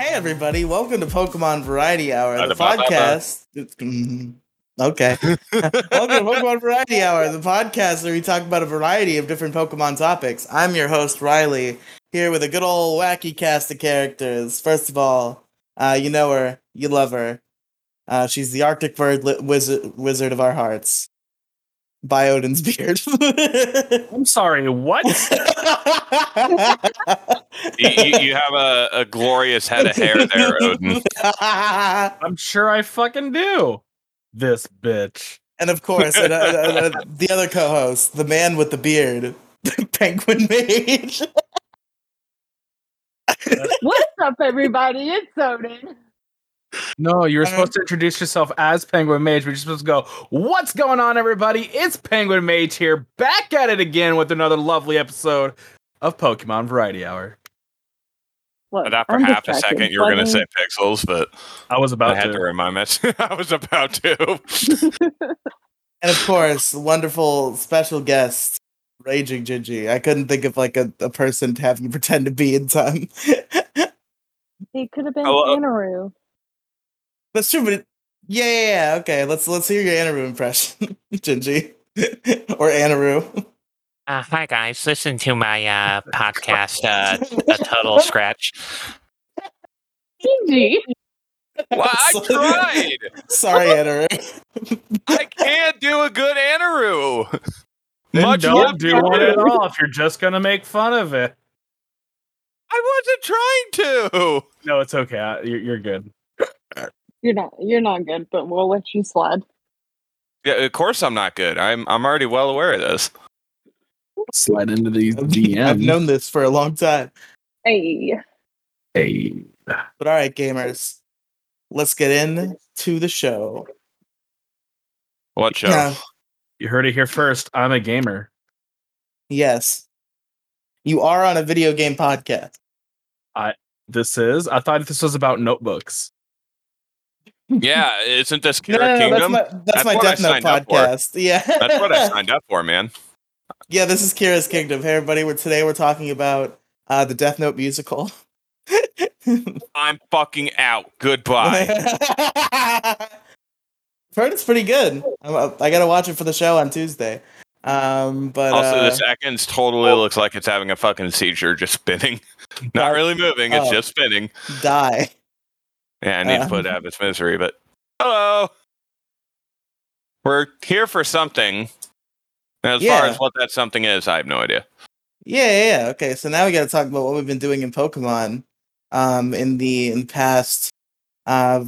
everybody. Welcome to Pokemon Variety Hour, the Blah, blah, blah, blah. podcast. Mm, Okay. Welcome to Pokemon Variety Hour, the podcast where we talk about a variety of different Pokemon topics. I'm your host, Riley, here with a good old wacky cast of characters. First of all, uh, you know her, you love her. Uh, she's the Arctic Bird li- wizard, wizard of our hearts. By Odin's beard. I'm sorry, what? you, you, you have a, a glorious head of hair there, Odin. I'm sure I fucking do. This bitch. And of course, and, uh, uh, uh, the other co-host, the man with the beard, the Penguin Mage. What's up, everybody? It's Odin. No, you were Uh, supposed to introduce yourself as Penguin Mage, but you're supposed to go, What's going on, everybody? It's Penguin Mage here, back at it again with another lovely episode of Pokemon Variety Hour. Look, I thought for I'm half a distracted. second you were going to Fucking- say pixels, but I was I about had to. to remind myself. I was about to. And of course, wonderful special guest, Raging Gigi. I couldn't think of like a, a person to have you pretend to be in time. It could have been Hello. Anaru. That's true, but it, yeah, yeah, yeah. Okay, let's let's hear your Anaru impression, Gigi. or Anaru. Uh, hi guys, listen to my uh, podcast, uh, A Total Scratch. Gigi. Well, I So- tried. Sorry, Anaru. I can't do a good Anaru. Then Much don't love do to one you. at all if you're just going to make fun of it. I wasn't trying to. No, it's okay. I, you're, you're good. You're not you're not good, but we'll let you slide. Yeah, of course I'm not good. I'm I'm already well aware of this. slide into the I've DM. known this for a long time. Hey. Hey, But all right, gamers, let's get in to the show. What show? Now, You heard it here first. I'm a gamer. Yes. You are on a video game podcast. This is. I thought this was about notebooks. Yeah, isn't this No, no, no, Kira that's Kingdom? my That's, that's, That's my what I Death Note signed up for. podcast. Yeah. what I signed up for, man. yeah, this is Kira's Kingdom. Hey everybody, we're today we're talking about uh the Death Note musical. I'm fucking out. Goodbye. I've heard it's pretty good. I'm, uh, I gotta watch it for the show on Tuesday. Um but Also, uh, the seconds totally looks like it's having a fucking seizure, just spinning. Not really moving, it's oh. just spinning. die. Yeah, I need Uh. to put it out of its misery, but hello. We're here for something. And as Yeah. far as what that something is, I have no idea. Yeah, yeah, yeah. Okay, so now we got to talk about what we've been doing in Pokemon, um, in the in the past, uh,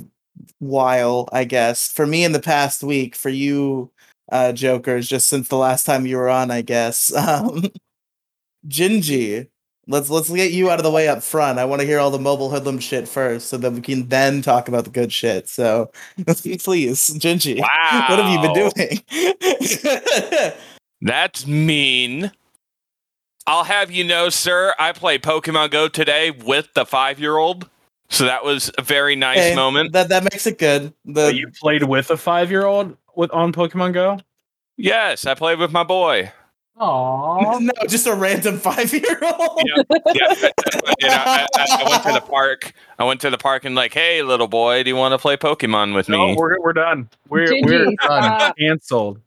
while I guess for me in the past week, for you, uh, Jokers, just since the last time you were on, I guess. Um, Jinji, let's let's get you out of the way up front. I want to hear all the mobile hoodlum shit first, so that we can then talk about the good shit. So, please, Jinji, Wow. what have you been doing? That's mean. I'll have you know, sir, I play Pokemon Go today with the five year old. So that was a very nice Okay, moment. That that makes it good. The But you played with a five year old with on Pokemon Go? Yes, I played with my boy. Aww. No, just a random five year old. Yeah. yeah, I- I- you know, I, I, I went to the park. I went to the park and like, hey, little boy, do you want to play Pokemon with No, me? we're, we're done. We're, Gigi, we're done. stop. Canceled.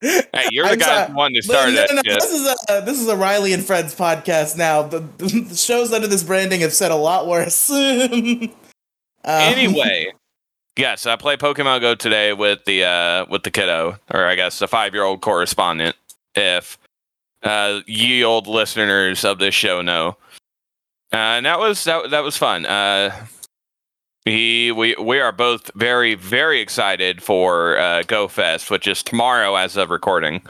hey, you're the I'm guy sorry. who wanted to start no, it. no, no, This is a this is a Riley and Friends podcast now. The, the shows under this branding have said a lot worse. Um, Anyway, yes, I play Pokemon Go today with the uh, with the kiddo, or I guess the five year old correspondent. If uh, ye old listeners of this show know, uh, and that was that, that was fun. Uh, he, we, we are both very, very excited for uh, Go Fest, which is tomorrow as of recording.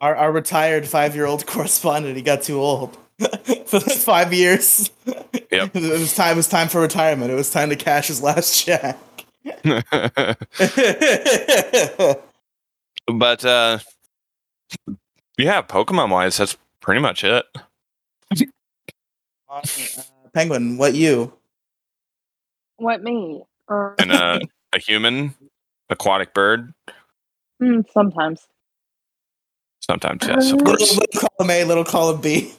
our our retired five year old correspondent he got too old for the five years. Yep. it was time. It was time for retirement. It was time to cash his last check. but uh yeah, Pokemon wise, that's pretty much it. Penguin, what you? What me? Um, Or And uh, a human, aquatic bird, Hmm, sometimes. Oh, sometimes yes, of course. Little, little column A, little column B.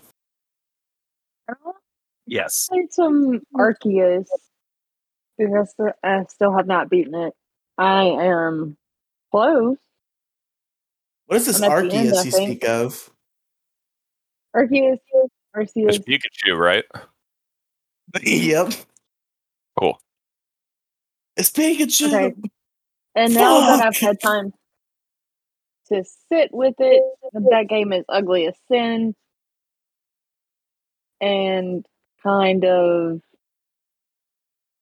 Yes. played some Arceus because I still have not beaten it. I am close. What is this I'm at the end, Arceus I you think. speak of? Arceus, It's Arceus. Pikachu, right? yep. Cool. It's Pikachu. Okay. And now that I've Fuck. had time to sit with it, that game is ugly as sin. And kind of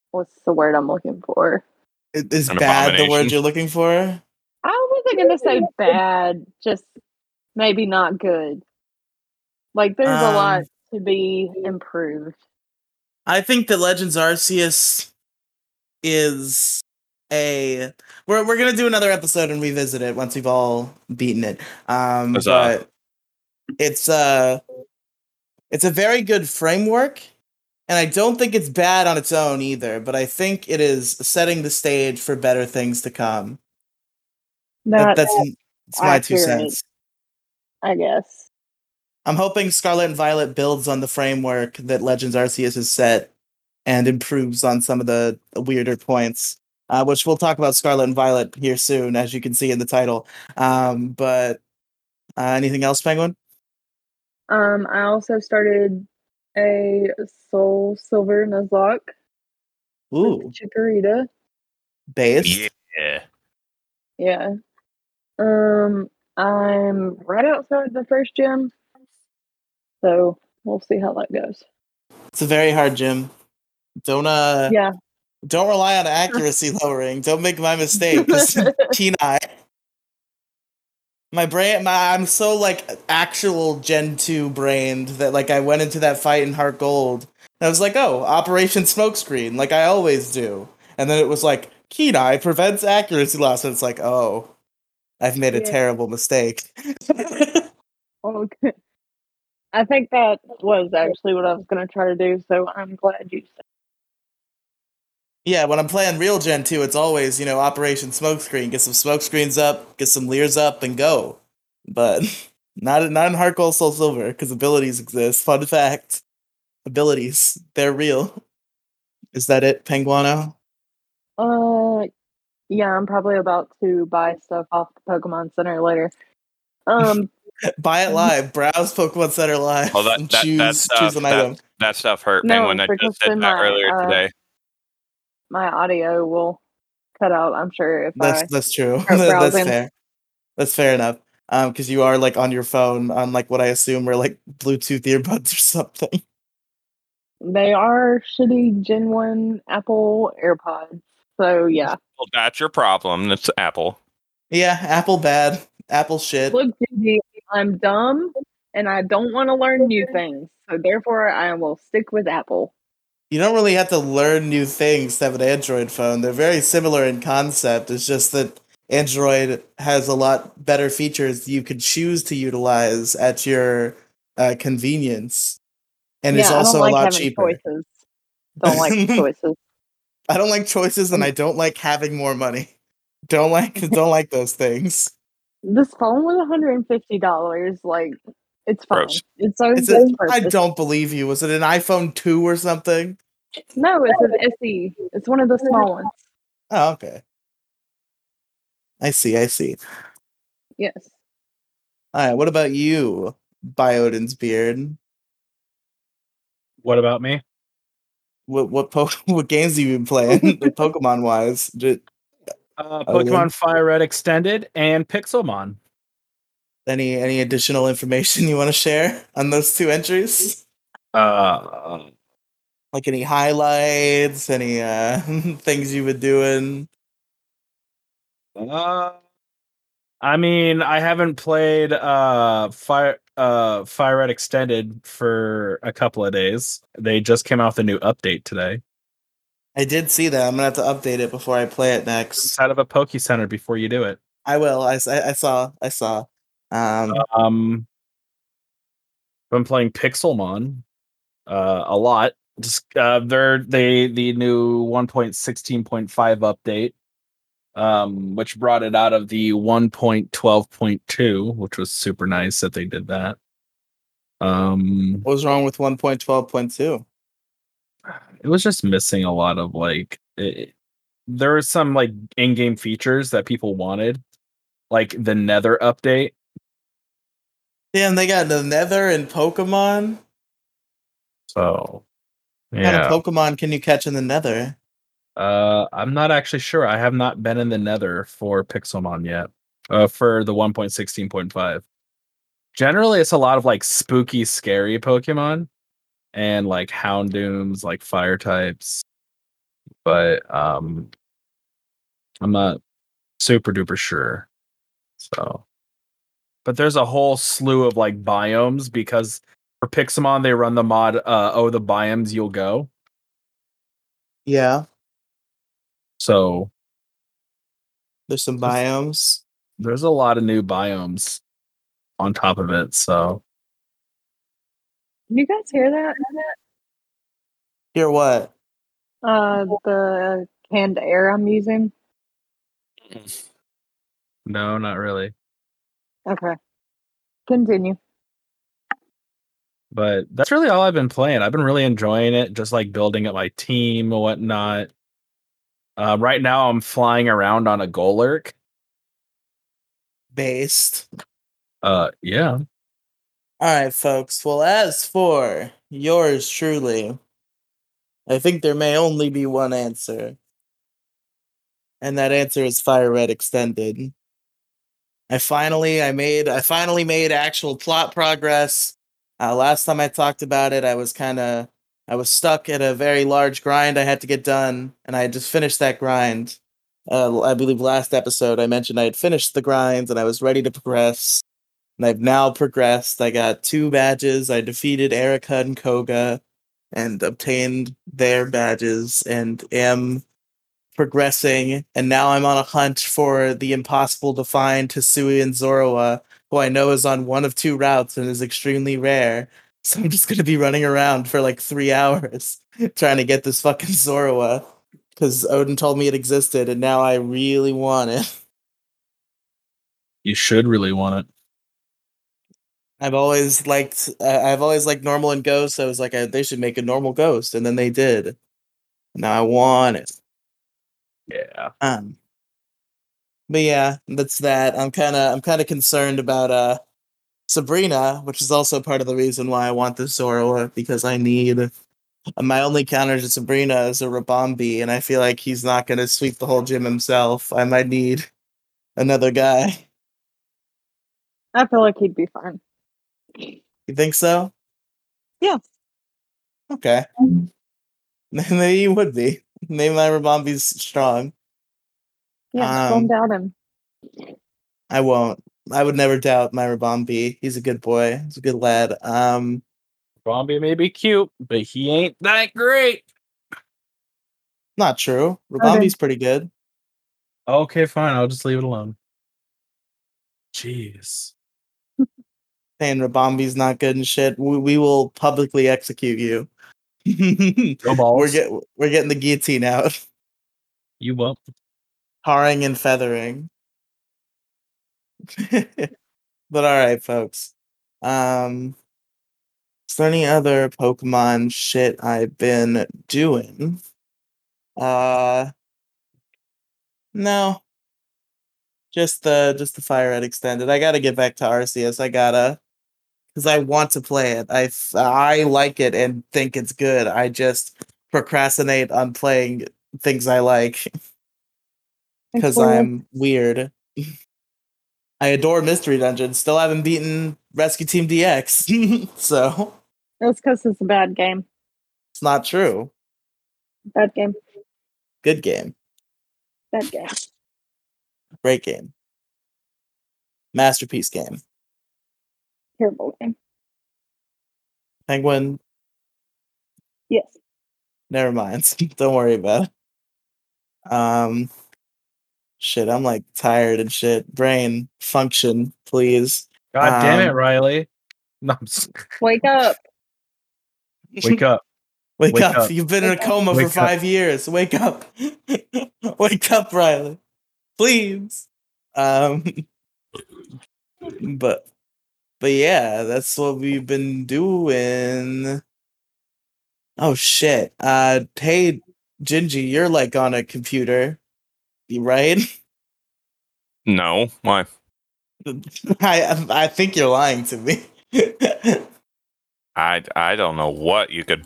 what's the word I'm looking for? It- Is An bad the abomination. word you're looking for? I wasn't gonna say bad, just maybe not good. Like there's a lot Um, to be improved. I think that Legends Arceus is a we're we're gonna do another episode and revisit it once we've all beaten it. Um Huzzah. but it's uh it's a very good framework and I don't think it's bad on its own either, but I think it is setting the stage for better things to come. That, That, that's, that's my two accurate. cents. I guess. I'm hoping Scarlet and Violet builds on the framework that Legends Arceus has set and improves on some of the weirder points, uh, which we'll talk about Scarlet and Violet here soon, as you can see in the title. Um, but uh, anything else, Penguin? Um, I also started a Soul Silver Nuzlocke Ooh, Chikorita. based. Yeah. Yeah. Um, I'm right outside the first gym, so we'll see how that goes. It's a very hard gym. Don't uh, Yeah. don't rely on accuracy lowering. Don't make my mistake. 'cause keen eye. My brain, my, I'm so like actual Gen 2 brained that like I went into that fight in Heart Gold and I was like, oh, Operation Smokescreen, like I always do. And then it was like, keen eye prevents accuracy loss. And it's like, oh, I've made a Yeah. terrible mistake. Okay. I think that was actually what I was going to try to do, so I'm glad you said. Yeah, when I'm playing real Gen 2, it's always, you know, Operation Smokescreen. Get some smokescreens up, get some leers up, and go. But not not in Heart Gold Soul Silver, because abilities exist. Fun fact. Abilities. They're real. Is that it, Penguano? Uh, yeah, I'm probably about to buy stuff off the Pokemon Center later. Um, Buy it live. Browse Pokemon Center live. Well, that- and that- choose, that's, uh, choose an that- item. That stuff hurt, No, Penguin. I because just did in that my, earlier uh, today. my audio will cut out, I'm sure, if I That's that's true. Or that's browsing. fair. That's fair enough. Um, because you are like on your phone on like what I assume are like Bluetooth earbuds or something. They are shitty Gen 1 Apple AirPods. So, yeah. Well, that's your problem. That's Apple. Yeah, Apple bad. Apple shit. Look, Gigi, I'm dumb and I don't want to learn new things. So, therefore, I will stick with Apple. you don't really have to learn new things to have an Android phone. They're very similar in concept. It's just that Android has a lot better features you could choose to utilize at your uh, convenience, and yeah, it's I also don't like a lot having cheaper. choices. Don't like choices. I don't like choices, and I don't like having more money. Don't like don't like those things. This phone was $150. Like, it's fine. Gross. It's so It's a, I don't believe you. Was it an iPhone two or something? No, it's an SE. It's one of the small ones. Oh, okay. I see. I see. Yes. All right. What about you, Biodin's beard? What about me? what what po- what games have you been playing Pokemon wise? Ju- Uh, I win. Pokemon Fire Red Extended and Pixelmon. Any any additional information you want to share on those two entries? Uh, Like any highlights, any uh things you've been doing? Uh, I mean, I haven't played uh Fire uh Fire Red Extended for a couple of days. They just came out with a new update today. I did see that. I'm gonna have to update it before I play it next. Inside of a Poke Center before you do it. I will. I, s- I- I saw. I saw. Um, Um, I'm playing Pixelmon uh a lot. Just uh, they're they the new 1.16.5 update. Um, which brought it out of the 1.12.2, which was super nice that they did that. Um, what was wrong with 1.12.2? it was just missing a lot of like it, there were some like in-game features that people wanted like the nether update Damn, they got the Nether and Pokemon. so What yeah kind of Pokemon can you catch in the Nether? uh i'm not actually sure i have not been in the nether for pixelmon yet uh for the 1.16.5 generally it's a lot of like spooky scary pokemon and like houndooms like fire types but um i'm not super duper sure so but there's a whole slew of like biomes because for pixelmon they run the mod uh oh the biomes you'll go Yeah, so there's some biomes. there's a lot of new biomes on top of it. So You guys hear that? Here, what? Uh, the canned air I'm using. no, not really. Okay. Continue. But that's really all I've been playing. I've been really enjoying it, just like building up my team and whatnot. Uh, right now, I'm flying around on a Golurk. Based. Uh, yeah, All right, folks. Well, as for yours truly, I think there may only be one answer. And that answer is Fire Red Extended. I finally I made I finally made actual plot progress. Uh, last time I talked about it, I was kind of I was stuck at a very large grind I had to get done, and I had just finished that grind. Uh, I believe last episode I mentioned I had finished the grinds and I was ready to progress. And I've now progressed. I got two badges. I defeated Erica and Koga and obtained their badges and am progressing. And now I'm on a hunt for the impossible to find Hisui and Zoroa, who I know is on one of two routes and is extremely rare. So I'm just going to be running around for like three hours trying to get this fucking Zoroa because Odin told me it existed and now I really want it. you should really want it. I've always liked uh, I've always liked normal and ghost. I was like, I, they should make a normal ghost, and then they did. Now I want it. Yeah, Um, but yeah, that's that. I'm kind of I'm kind of concerned about uh Sabrina, which is also part of the reason why I want this Zoroa because I need. uh, My only counter to Sabrina is a Rabambi, and I feel like he's not going to sweep the whole gym himself. I might need another guy. I feel like he'd be fine. You think so? Yeah. Okay. Maybe you would be. Maybe my Rabambi's strong. Yeah, Um, don't doubt him. I won't. I would never doubt my Rabambi. He's a good boy. He's a good lad. Um, Bombi may be cute, but he ain't that great. not true. Rabambi's pretty good. Okay, fine. I'll just leave it alone. Jeez. Saying Rabambi's not good and shit. We, we will publicly execute you. Go balls. we're get we're getting the guillotine out, you won't. tarring and feathering. but all right, folks. Um, is there any other Pokemon shit I've been doing? Uh, no. Just the just the Fire Red Extended. I gotta get back to RCS. I gotta, because I want to play it. I f- I like it and think it's good. I just procrastinate on playing things I like because Explore. I'm weird. I adore Mystery Dungeon. Still haven't beaten Rescue Team DX, so It's because it's a bad game. it's not true. Bad game. Good game, Bad game. great game, masterpiece game. Terrible game. Penguin, Yes. never mind. Don't worry about it. Um, shit, I'm like tired and shit. Brain function, please. God damn it, Um, Riley. No, I'm just- Wake up. wake up. Wake, Wake up. up. You've been in a Wake up. coma Wake for up. five years. Wake up. Wake up, Riley. Please. Um but but yeah, that's what we've been doing. Oh shit. Uh hey Gingy, you're like on a computer. You right? No, why? I I think you're lying to me. Because I I don't know what you could.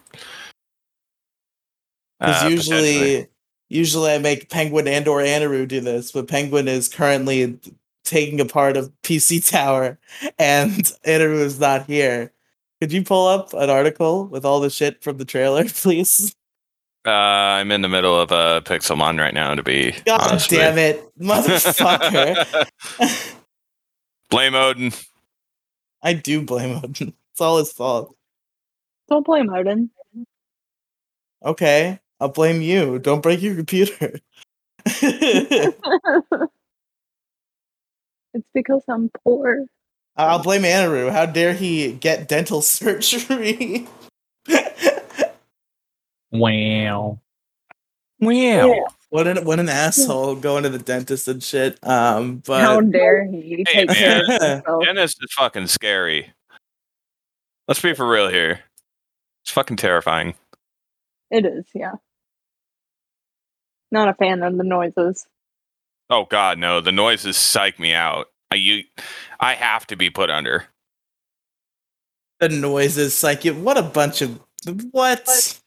uh, potentially. usually usually I make Penguin and or Anaru do this, but Penguin is currently taking apart a PC tower and Anaru is not here. Could you pull up an article with all the shit from the trailer, please? uh, I'm in the middle of a Pixelmon right now. To be God honest with damn it, you. motherfucker. Blame Odin. I do blame Odin. It's all his fault. Don't blame Odin. Okay, I'll blame you. Don't break your computer. it's because I'm poor. I'll blame Anaru. How dare he get dental surgery? Wow. Wow. what an what an asshole going to the dentist and shit. Um, How but dare he Hey, take care of man. himself? Dennis is fucking scary. Let's be for real here. It's fucking terrifying. It is, yeah. Not a fan of the noises. Oh God, no! The noises psych me out. I you, I have to be put under. the noises, like you, what a bunch of what?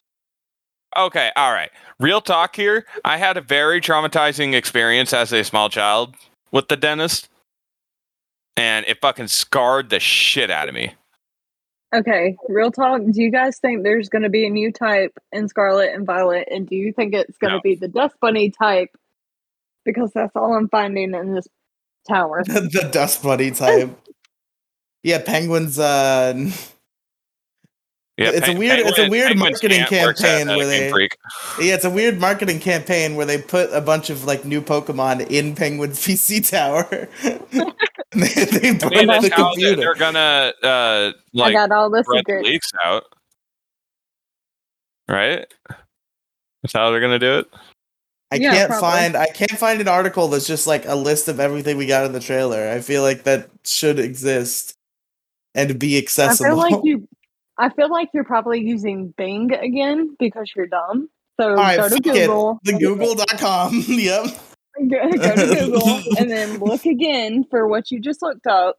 Okay, all right. Real talk here. I had a very traumatizing experience as a small child with the dentist, and it fucking scarred the shit out of me. Okay, real talk. Do you guys think there's going to be a new type in Scarlet and Violet? And do you think it's going to No. be the Dust Bunny type? Because that's all I'm finding in this tower. the dust bunny type. Yeah, penguins. Uh, It's a weird- it's a weird Penguin's marketing aunt works at campaign a where Game they- Freak. yeah, it's a weird marketing campaign where they put a bunch of like new Pokemon in Penguin's PC tower. And they, they I burn mean, the that's how they're, computer. they're gonna uh, I like got all the spread the secrets. leaks out, right? That's how they're gonna do it. I Yeah, can't probably. find I can't find an article that's just like a list of everything we got in the trailer. I feel like that should exist and be I accessible. feel like you. I feel like you're probably using Bing again because you're dumb. So All right, Um, go to fuck Google. it. The google.com. yep. Go, go to Google and then look again for what you just looked up.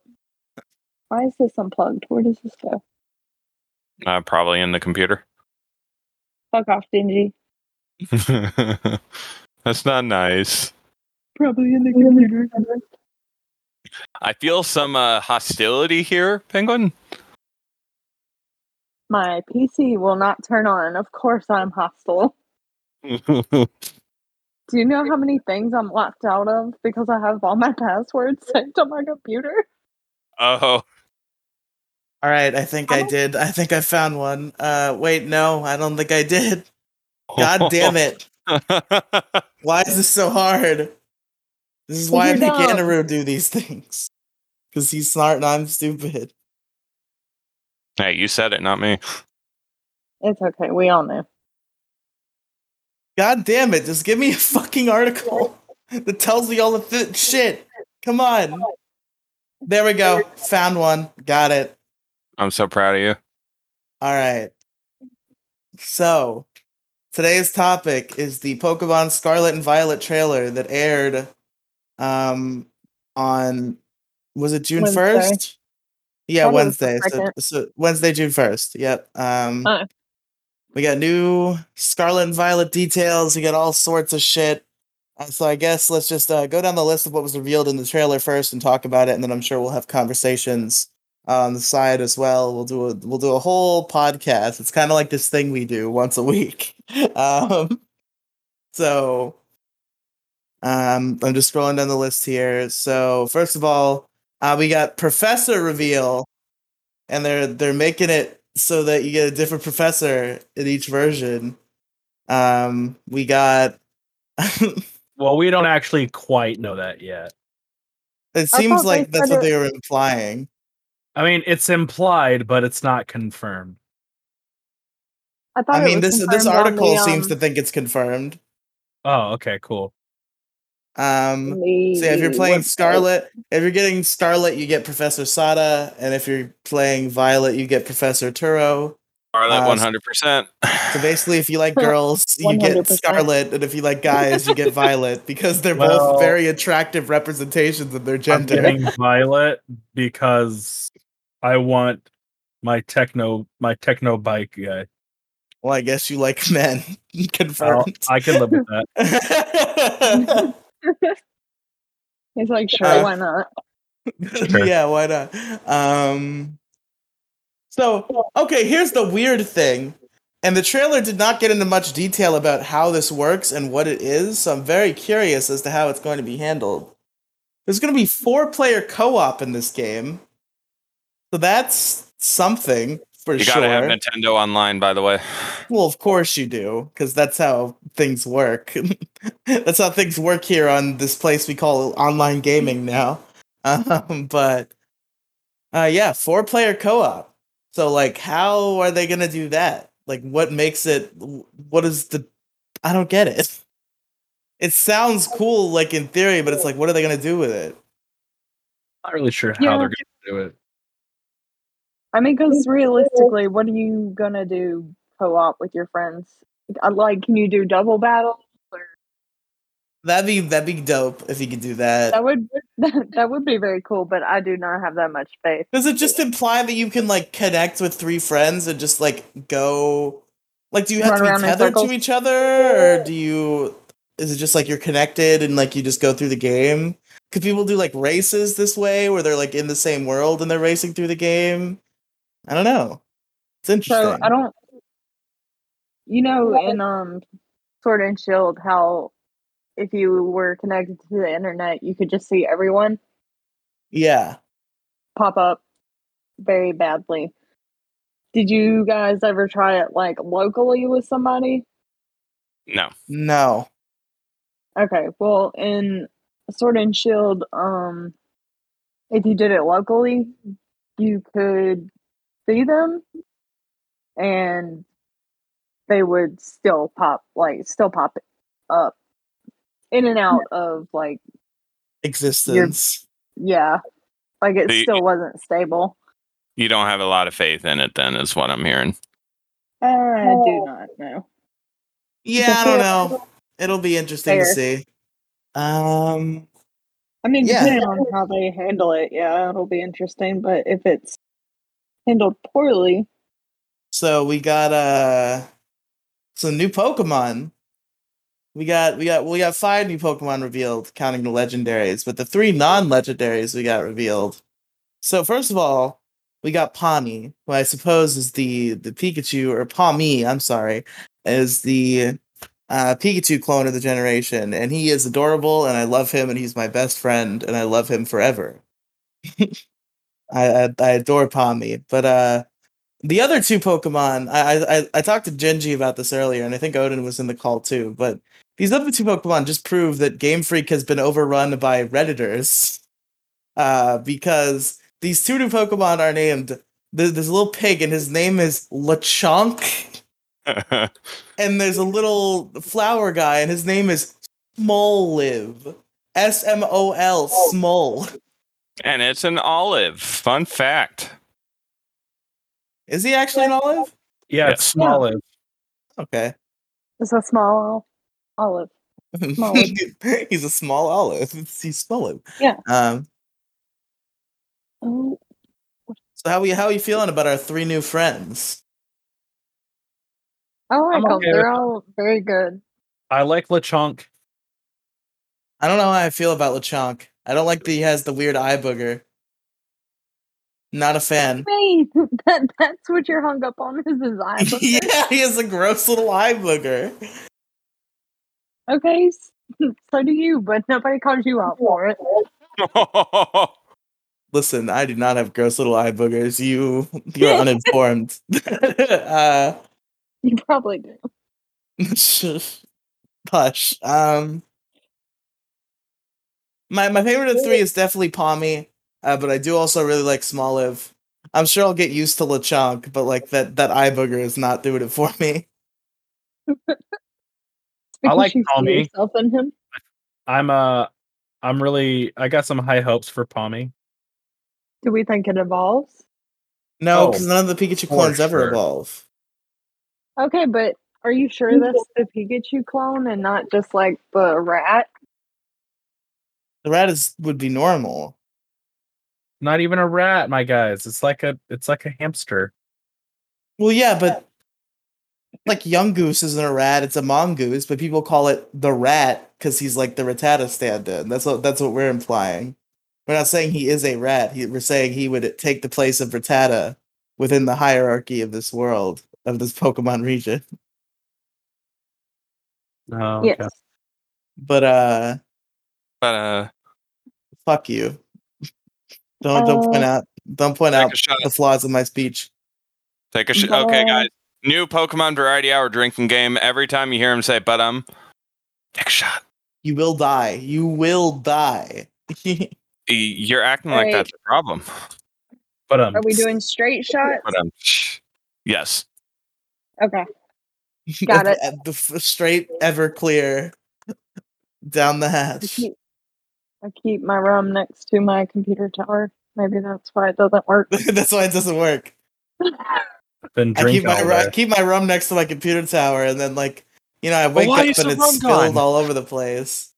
Why is this unplugged? Where does this go? Uh, probably in the computer. Fuck off, Dingy. That's not nice. Probably in the computer. I feel some uh, hostility here, Penguin. My PC will not turn on. Of course, I'm hostile. Do you know how many things I'm locked out of because I have all my passwords saved on my computer? oh, All right, I think I I'm- did. I think I found one. Uh wait, no, I don't think I did. God damn it. Why is this so hard? This is why I You're make dumb. Anaru do these things. Cuz he's smart and I'm stupid. hey, you said it, not me. It's okay. We all know. God damn it, just give me a fucking article that tells me all the th- shit. Come on. There we go. Found one. Got it. I'm so proud of you. All right. So, today's topic is the Pokemon Scarlet and Violet trailer that aired um on was it June Wednesday. 1st? Yeah, Thought it was the Wednesday. So, second. so Wednesday, June 1st. Yep. Um Oh. We got new Scarlet and Violet details. We got all sorts of shit. Uh, so I guess let's just uh, go down the list of what was revealed in the trailer first and talk about it, and then I'm sure we'll have conversations on the side as well. We'll do a we'll do a whole podcast. It's kind of like this thing we do once a week. um, so um, I'm just scrolling down the list here. So first of all, uh, we got Professor reveal, and they're they're making it so that you get a different professor in each version. Um, we got. Well, we don't actually quite know that yet. It I seems thought they like that's what said it- they were implying. I mean, it's implied, but it's not confirmed. I thought. I it mean, this was this confirmed on article the, seems um, to think it's confirmed. Oh, okay, cool. Um, the so if you're playing website. Scarlet, if you're getting Scarlet, you get Professor Sada, and if you're playing Violet, you get Professor Turo. Scarlet, Uh, one hundred percent. So basically, if you like girls, you get 100%. Scarlet, and if you like guys, you get Violet because they're Well- both very attractive representations of their I'm gender. getting Violet because I want my techno my techno bike guy. Well, I guess you like men. I'll- Confirmed. I can live with that. He's like, sure, Uh, why not? Sure. yeah, why not? Um, so, okay, here's the weird thing. And the trailer did not get into much detail about how this works and what it is, so I'm very curious as to how it's going to be handled. There's going to be four player co op in this game. So that's something for You sure. gotta have Nintendo Online, by the way. Well, of course you do, because that's how things work. that's how things work here on this place we call online gaming now. Um, but uh, yeah, four player co op. So, like, how are they going to do that? Like, what makes it? What is the. I don't get it. It sounds cool, like in theory, but it's like, what are they going to do with it? Not really sure how Yeah. they're gonna do it. I mean, because realistically, what are you gonna do co-op with your friends? I Like, can you do double battle? That'd be that'd be dope if you could do that. That would that, would be very cool, but I do not have that much faith. Does it just imply that you can like connect with three friends and just like go? Like, do you have Run to around be in tethered to circles? each other, or do you? Is it just like you're connected and like you just go through the game? Could people do like races this way, where they're like in the same world and they're racing through the game? I don't know. It's interesting. So I don't. You know, in um, Sword and Shield, how if you were connected to the internet, you could just see everyone yeah. pop up very badly. Did you guys ever try it like locally with somebody? No, No. Okay, well, in Sword and Shield, um, if you did it locally, you could see them, and they would still pop, like still pop up in and out of like Existence. yeah, like it The- still wasn't stable. you don't have a lot of faith in it. Then is what I'm hearing. I do not know. Yeah, I don't know. It'll be interesting to Fair. see. Um. I mean, Yeah. depending on how they handle it, yeah, it'll be interesting. But if it's handled poorly, So we got uh some new Pokemon. We got we got we got five new Pokemon revealed, counting the legendaries, but the three non-legendaries we got revealed. So first of all, we got Palmy, who I suppose is the the Pikachu or Palmy, I'm sorry, is the uh, Pikachu clone of the generation, and he is adorable, and I love him, and he's my best friend, and I love him forever. I, I I adore Palmy, but uh, the other two Pokemon, I, I- I I talked to Genji about this earlier, and I think Odin was in the call too. But these other two Pokemon just prove that Game Freak has been overrun by redditors, uh, because these two new Pokemon are named. There's, there's a little pig, and his name is Lechonk, and there's a little flower guy, and his name is Smoliv. S M O L Smol. and it's an olive. Fun fact. Is he actually an olive? Yeah, it's Yes. small. Is Okay. it's a small olive. Small. he's a small olive. He's small. Yeah. Um, Oh, so how you how you feeling about our three new friends? I like I'm them. okay They're all very good. I like LeChonk. I don't know how I feel about Lechonk. I don't like that he has the weird eye booger. Not a fan. Me, that, that's what you're hung up on is his eye. booger. yeah, he has a gross little eye booger. Okay, s- so do you, but nobody calls you out for it. uh, Listen, I do not have gross little eye boogers. You you're uninformed. uh You probably do. Push. Um, my my favorite of the three is definitely Pommy, uh, but I do also really like Smoliv. I'm sure I'll get used to LeChonk, but like that that eye booger is not doing it for me. I Because like you see Tommy. yourself in him. I'm uh I'm really I got some high hopes for Pommy. Do we think it evolves? No, Oh, because none of the Pikachu for clones ever sure. evolve. Okay, but are you sure that's the Pikachu clone and not just like the rat? The rat is would be normal. Not even a rat, my guys. It's like a it's like a hamster. Well, yeah, but like young goose isn't a rat; it's a mongoose. But people call it the rat because he's like the Rattata stand-in. That's what that's what we're implying. We're not saying he is a rat. He, we're saying he would take the place of Rattata within the hierarchy of this world of this Pokemon region. Oh, Yes. But uh, But uh, fuck you. Don't don't point out don't point take out a shot. the flaws in my speech. Take a shot. Okay, Bye. guys. New Pokemon Variety Hour drinking game. Every time you hear him say "but um," take a shot. You will die. You will die. Y- You're acting like Right. that's a problem. But um Are we doing straight shots? But um, yes. Okay. Got it. the, f- straight ever clear down the I hatch. keep, I keep my rum next to my computer tower. Maybe that's why it doesn't work. That's why it doesn't work. then I keep drink my all ru- I day. keep my rum next to my computer tower, and then like you know I wake why up is and the it's rum spilled gone? all over the place.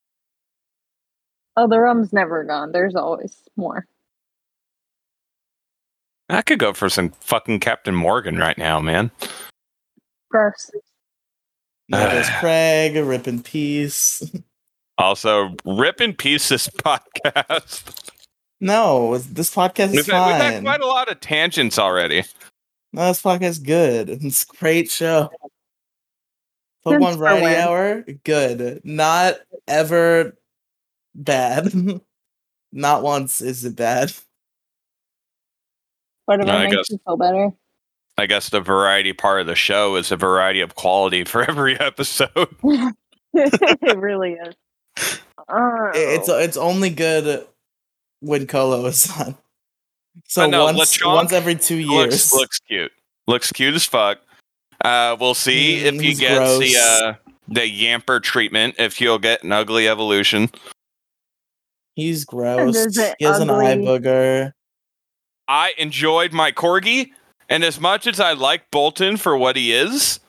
Oh, the rum's never gone. There's always more. I could go for some fucking Captain Morgan right now, man. Gross. Now there's Craig, a rip in peace. Also, rip in peace this podcast. No, this podcast We've is had, we've had fine. quite a lot of tangents already. No, this podcast is good. It's a great show. Since Pokemon Variety when? Hour, good. Not ever bad. Not once is it bad. Whatever I makes guess. you feel better. I guess the variety part of the show is a variety of quality for every episode. it really is. Oh. I- It's it's only good when Colo is on. So I know, once Lechonk once every two years. Looks looks cute. Looks cute as fuck. Uh, we'll see Mm, if he he's gets gross. the uh, the Yamper treatment. If he'll get an ugly evolution. He's gross. isn't He has an eye ugly. booger. I enjoyed my corgi, and as much as I like Bolton for what he is,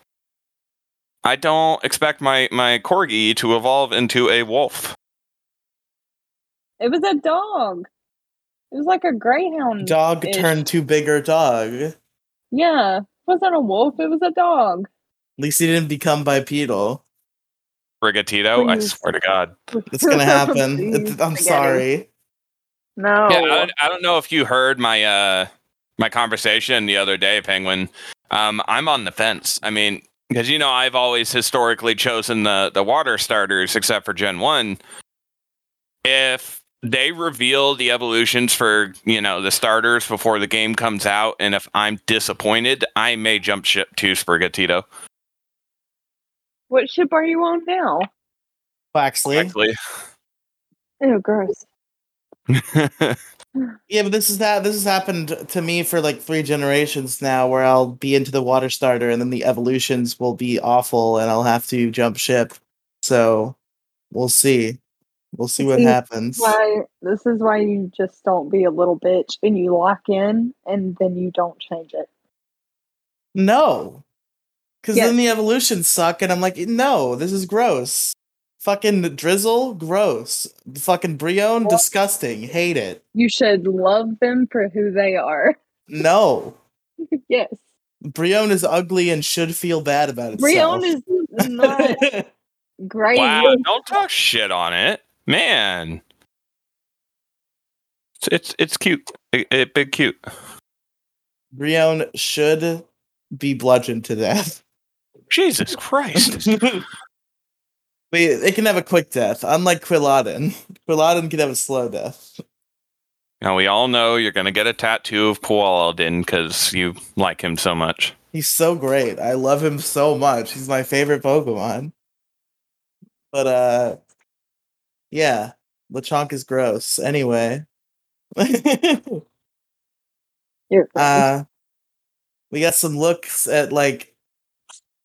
I don't expect my my corgi to evolve into a wolf. It was a dog. It was like a greyhound. Dog Ish. turned to bigger dog. At yeah. It wasn't a wolf. It was a dog. least he didn't become bipedal. Brigatito, I Please. swear to God. It's gonna happen. Please, It's- I'm spaghetti. sorry. No. Yeah, I, don't- I don't know if you heard my uh my conversation the other day, Penguin. Um, I'm on the fence. I mean, because you know I've always historically chosen the the water starters, except for Gen One. If they reveal the evolutions for you know the starters before the game comes out, and if I'm disappointed, I may jump ship to Sprigatito. What ship are you on now? Waxley. Actually, Oh, gross. Yeah, but this is that this has happened to me for like three generations now where I'll be into the water starter and then the evolutions will be awful and I'll have to jump ship. So we'll see. We'll see what See, happens. Why this is why you just don't be a little bitch and you lock in and then you don't change it. No. Cause Yes. then the evolutions suck and I'm like, no, this is gross. Fucking drizzle, gross. Fucking Brion, Well- disgusting. Hate it. You should love them for who they are. No. yes. Brion is ugly and should feel bad about it. Brion is not great. wow! Don't talk shit on it, man. It's it's, it's cute. It, it big cute. Brion should be bludgeoned to death. Jesus Christ. But it can have a quick death, unlike Quilladin. Quilladin can have a slow death. now we all know you're gonna get a tattoo of Paladin because you like him so much. He's so great. I love him so much. He's my favorite Pokemon. But uh yeah, Lechonk is gross. Anyway. You're- uh we got some looks at like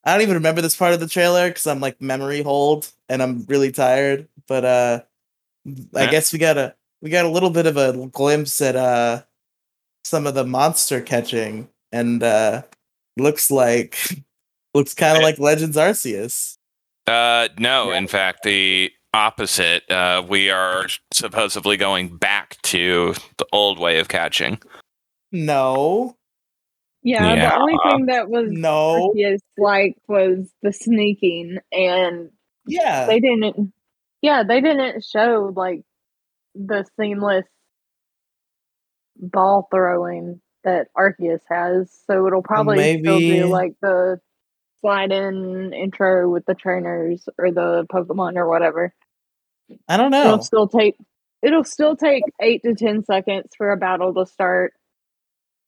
I don't even remember this part of the trailer because I'm like memory hold and I'm really tired. But uh I Yeah. guess we got a we got a little bit of a glimpse at uh some of the monster catching and uh looks like Looks kind of Yeah. like Legends Arceus. Uh, no, in fact, the opposite. Uh, we are supposedly going back to the old way of catching. No, Yeah, Yeah. the only thing that was no, Arceus like was the sneaking, and yeah, they didn't. Yeah, they didn't show like the seamless ball throwing that Arceus has, so it'll probably still maybe- do like the slide in intro with the trainers or the Pokemon or whatever. I don't It'll know. still take it'll still take eight to ten seconds for a battle to start.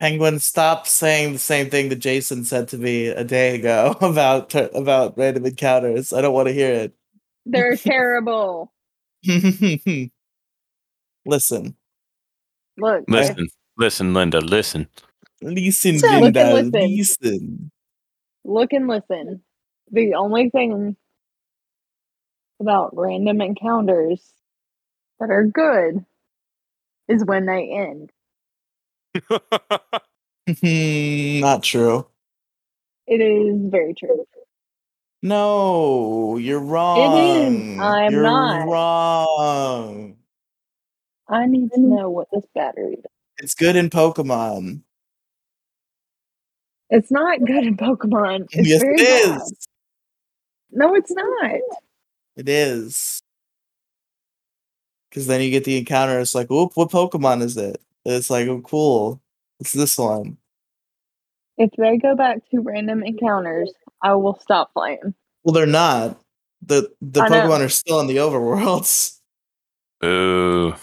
Penguin, stop saying the same thing that Jason said to me a day ago about about random encounters. I don't want to hear it. They're terrible. listen, Look, Listen, listen, Linda, listen. listen, So- Look Linda, and listen. listen. look and listen. The only thing about random encounters that are good is when they end. Not true. It is very true. No, you're wrong. I'm You're not. wrong. I need to know what this battery does. It's good in Pokemon. It's not good in Pokemon. It's yes, very it is. bad. No, it's not. It is. Because then you get the encounter. It's like, whoop, what Pokemon is it? And it's like, oh, cool. It's this one. If they go back to random encounters, I will stop playing. Well, they're not. The the I know. Pokemon are still in the overworlds. Ooh.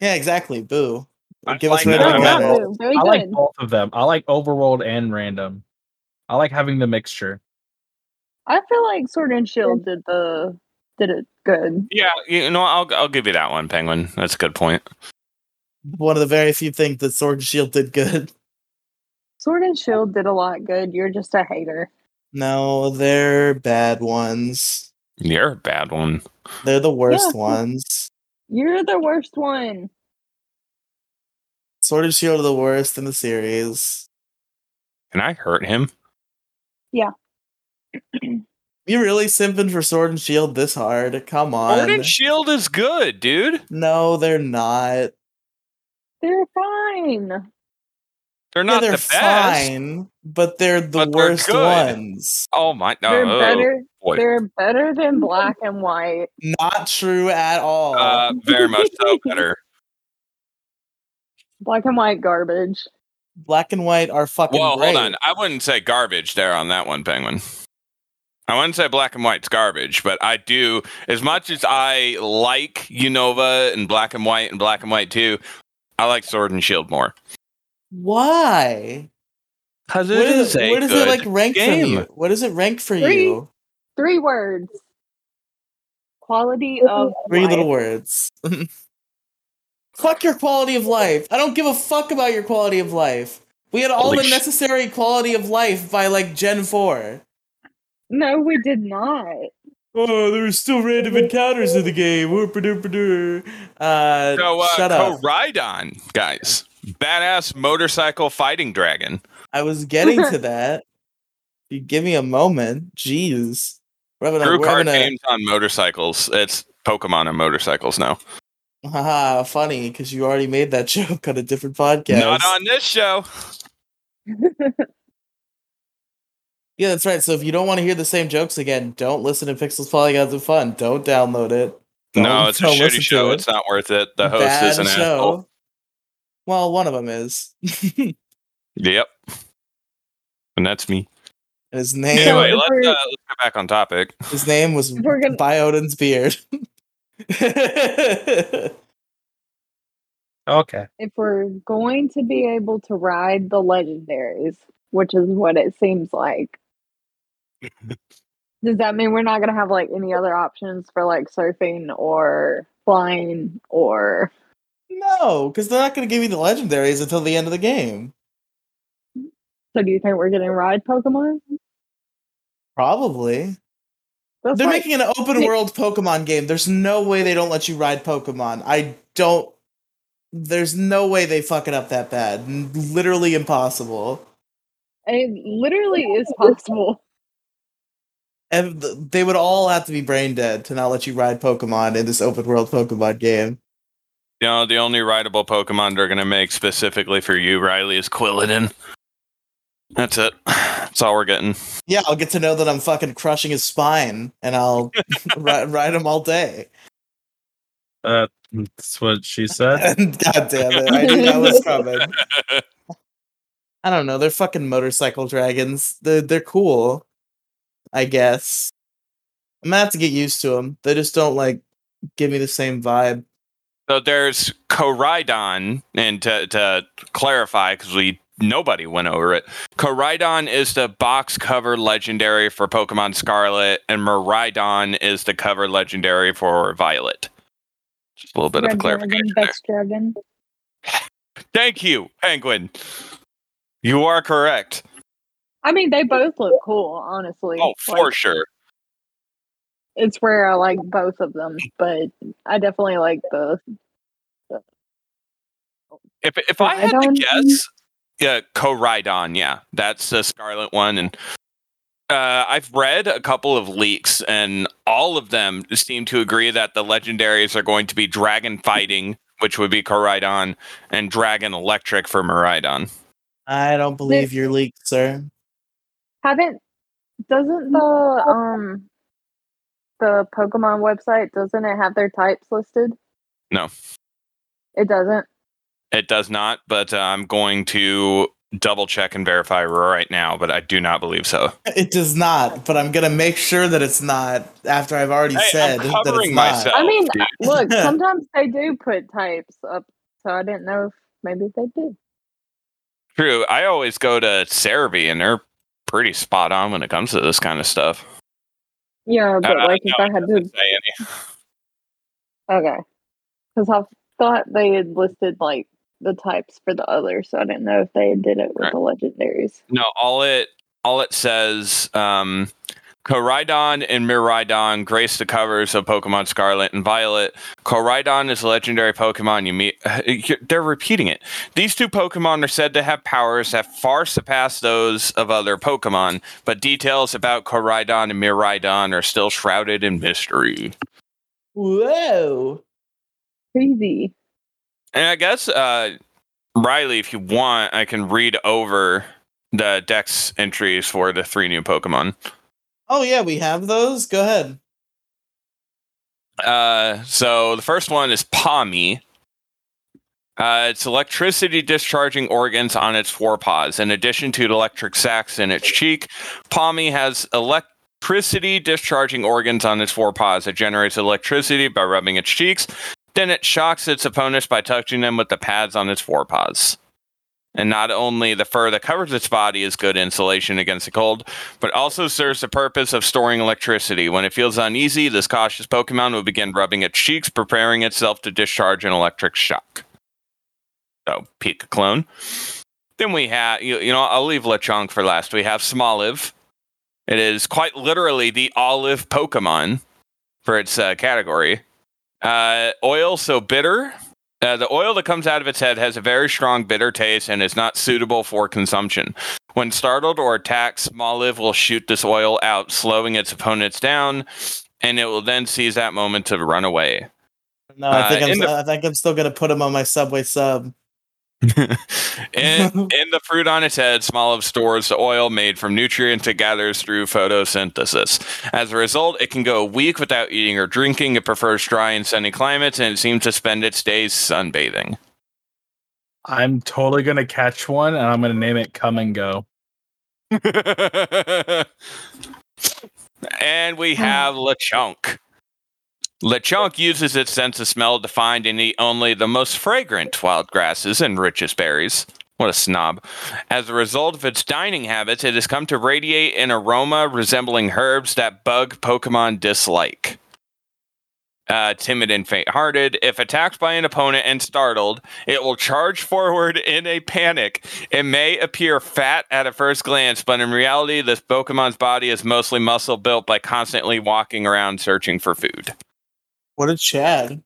Yeah, exactly. Boo. I Give us like random that. No, encounters. no, very I good. like both of them. I like overworld and random. I like having the mixture. I feel like Sword and Shield did the did it good. Yeah, you know, I'll I'll give you that one, Penguin. That's a good point. One of the very few things that Sword and Shield did good. Sword and Shield did a lot good. You're just a hater. No, they're bad ones. You're a bad one. They're the worst Yeah. ones. You're the worst one. Sword and Shield are the worst in the series. Can I hurt him? You really simping for Sword and Shield this hard? Come Sword on. and Shield is good, dude. no, they're not. They're fine. They're Yeah, not they're the best. fine, but they're the But they're worst good. ones. Oh my! they're oh, better. boy. They're better than black and white. Not true at all. Uh, very much so better. Black and white garbage. Black and white are fucking Well, great. hold on. I wouldn't say garbage there on that one, Penguin. I wouldn't say black and white's garbage, but I do. As much as I like Unova and black and white and black and white too, I like Sword and Shield more. Why? Because What is, where does it like rank for game. you? What does it rank for Three. you? Three words. Quality of Three life. little words. fuck your quality of life. I don't give a fuck about your quality of life. We had all Holy the sh- necessary quality of life by like Gen 4. No, we did not. Oh, there were still random encounters in the game. Whoop-a-doop-a-doo. Uh, So, uh, shut up. Koridon, guys, badass motorcycle fighting dragon. I was getting to that. You give me a moment. Jeez. We're having a, Drew we're card having a- games on motorcycles. It's Pokemon on motorcycles now. haha, funny because you already made that joke on a different podcast. Not on this show. Yeah, that's right. So if you don't want to hear the same jokes again, don't listen to Pixels, Polygons, and Fun. Don't download it. no, Don't- it's a don't shitty listen show. to it. It's not worth it. The host Bad is an asshole. Well, one of them is. and Yep. And that's me. his name, Yeah, Anyway, if let's, uh, we're- let's get back on topic. his name was We're gonna- Biodin's beard. Okay. if we're going to be able to ride the legendaries, which is what it seems like, does that mean we're not going to have like any other options for like surfing or flying or no, because they're not going to give you the legendaries until the end of the game. so? Do you think we're going to ride Pokemon? Probably. That's They're like- making an open Nick- world Pokemon game. There's no way they don't let you ride Pokemon. I don't. There's no way they fuck it up that bad. N- Literally impossible. It literally is possible. And th- they would all have to be brain dead to not let you ride Pokemon in this open world Pokemon game. You know, the only rideable Pokemon they're gonna make specifically for you, Riley, is Quilladin. That's it. That's all we're getting. Yeah, I'll get to know that I'm fucking crushing his spine, and I'll ri- ride him all day. Uh, That's what she said. God damn it! I knew that was coming. I don't know. They're fucking motorcycle dragons. They're they're cool, I guess. I'm gonna have to get used to them. They just don't like give me the same vibe. So there's Koridon, and to, to clarify, because we nobody went over it, Koridon is the box cover legendary for Pokemon Scarlet, and Maridon is the cover legendary for Violet. Just a little bit of Red a clarification. Dragon, there. Vex Dragon. Thank you, Penguin. You are correct. I mean, they both look cool, honestly. Oh, for Like, sure. It's where I like both of them, but I definitely like the. If if I had to Koridon? guess, yeah, Koridon, yeah, that's the Scarlet one, and uh, I've read a couple of leaks, and all of them seem to agree that the legendaries are going to be Dragon Fighting, which would be Koridon, and Dragon Electric for Maridon. I don't believe your leak, sir. Haven't. Doesn't the. um The Pokemon website, doesn't it have their types listed? No. It doesn't? It does not, but uh, I'm going to double check and verify right now, but I do not believe so. It does not. But I'm gonna make sure that it's not after I've already Hey, said I'm that it's covering not. myself. I mean, dude. Look, sometimes they do put types up, so I didn't know if maybe they did. True. I always go to Cerebi, and they're pretty spot on when it comes to this kind of stuff. Yeah, but Uh, like if no, I had to, Say any- okay, because I thought they had listed like the types for the others, so I didn't know if they did it with Right. the legendaries. No, all it all it says. Um, Koridon and Miraidon grace the covers of Pokemon Scarlet and Violet. Koridon is a legendary Pokemon you meet. They're repeating it. These two Pokemon are said to have powers that far surpass those of other Pokemon, but details about Koridon and Miraidon are still shrouded in mystery. Whoa. Crazy. And I guess uh, Riley, if you want, I can read over the Dex entries for the three new Pokemon. Oh yeah, we have those. Go ahead. Uh, so the first one is Pommy. Uh, it's electricity discharging organs on its forepaws. In addition to the electric sacs in its cheek, Pommy has electricity discharging organs on its forepaws. It generates electricity by rubbing its cheeks. Then it shocks its opponents by touching them with the pads on its forepaws. And not only the fur that covers its body is good insulation against the cold, but also serves the purpose of storing electricity. When it feels uneasy, this cautious Pokemon will begin rubbing its cheeks, preparing itself to discharge an electric shock. So, Pika clone. Then we have, you, you know, I'll leave Lechonk for last. We have Smoliv. It is quite literally the olive Pokemon for its uh, category. Uh, oil so bitter. Uh, the oil that comes out of its head has a very strong bitter taste and is not suitable for consumption. When startled or attacked, Smoliv will shoot this oil out, slowing its opponents down, and it will then seize that moment to run away. No, I Uh, think I'm. in the- I think I'm still gonna put them on my Subway sub. in, in the fruit on its head, Smoliv stores the oil made from nutrients it gathers through photosynthesis. As a result, it can go a week without eating or drinking. It prefers dry and sunny climates, and it seems to spend its days sunbathing. I'm totally gonna catch one, and I'm gonna name it "Come and Go." and we have Lechonk. Lechonk uses its sense of smell to find and eat only the most fragrant wild grasses and richest berries. What a snob. As a result of its dining habits, it has come to radiate an aroma resembling herbs that bug Pokemon dislike. Uh, timid and faint hearted, if attacked by an opponent and startled, it will charge forward in a panic it may appear fat at a first glance, but in reality, this Pokemon's body is mostly muscle built by constantly walking around searching for food. What a Chad.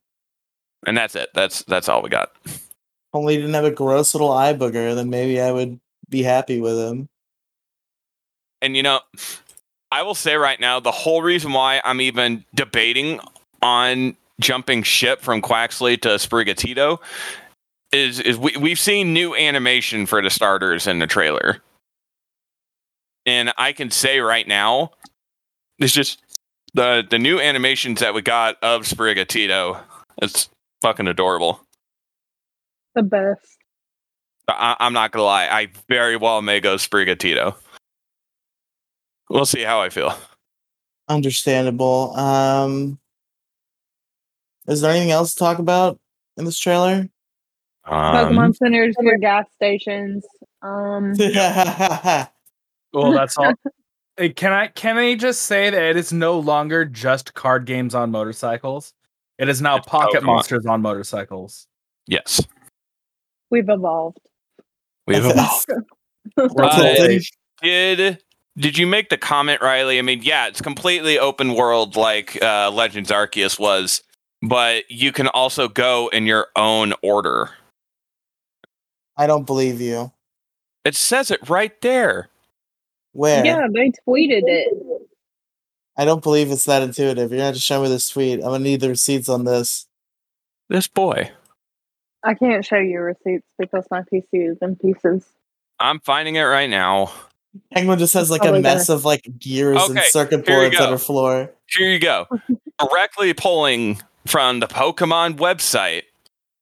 And that's it. That's that's all we got. Only he didn't have a gross little eye booger, then maybe I would be happy with him. And you know, I will say right now, the whole reason why I'm even debating on jumping ship from Quaxley to Sprigatito is is we we've seen new animation for the starters in the trailer. And I can say right now, it's just the the new animations that we got of Sprigatito. It's fucking adorable. The best. I, I'm not gonna lie. I very well may go Sprigatito. We'll see how I feel. Understandable. Um, is there anything else to talk about in this trailer? Um, Pokemon centers were gas stations. Um, Well, that's all. Hey, Uh, Can I can I just say that it is no longer just card games on motorcycles? It is now It's pocket Pokemon. monsters on motorcycles. yes, we've evolved. we have a That's Right. insulting. did did you make the comment riley i mean yeah it's completely open world like uh, legends arceus was but you can also go in your own order I don't believe you. it says it right there Where? Yeah, they tweeted it. I don't believe it's that intuitive. You're gonna have to show me this tweet. I'm gonna need the receipts on this. this boy I can't show you receipts because my PC is in pieces. i'm finding it right now Penguin just has like a Probably better. mess of like gears and Okay, circuit here you boards on go. her floor. here you go directly pulling from the pokemon website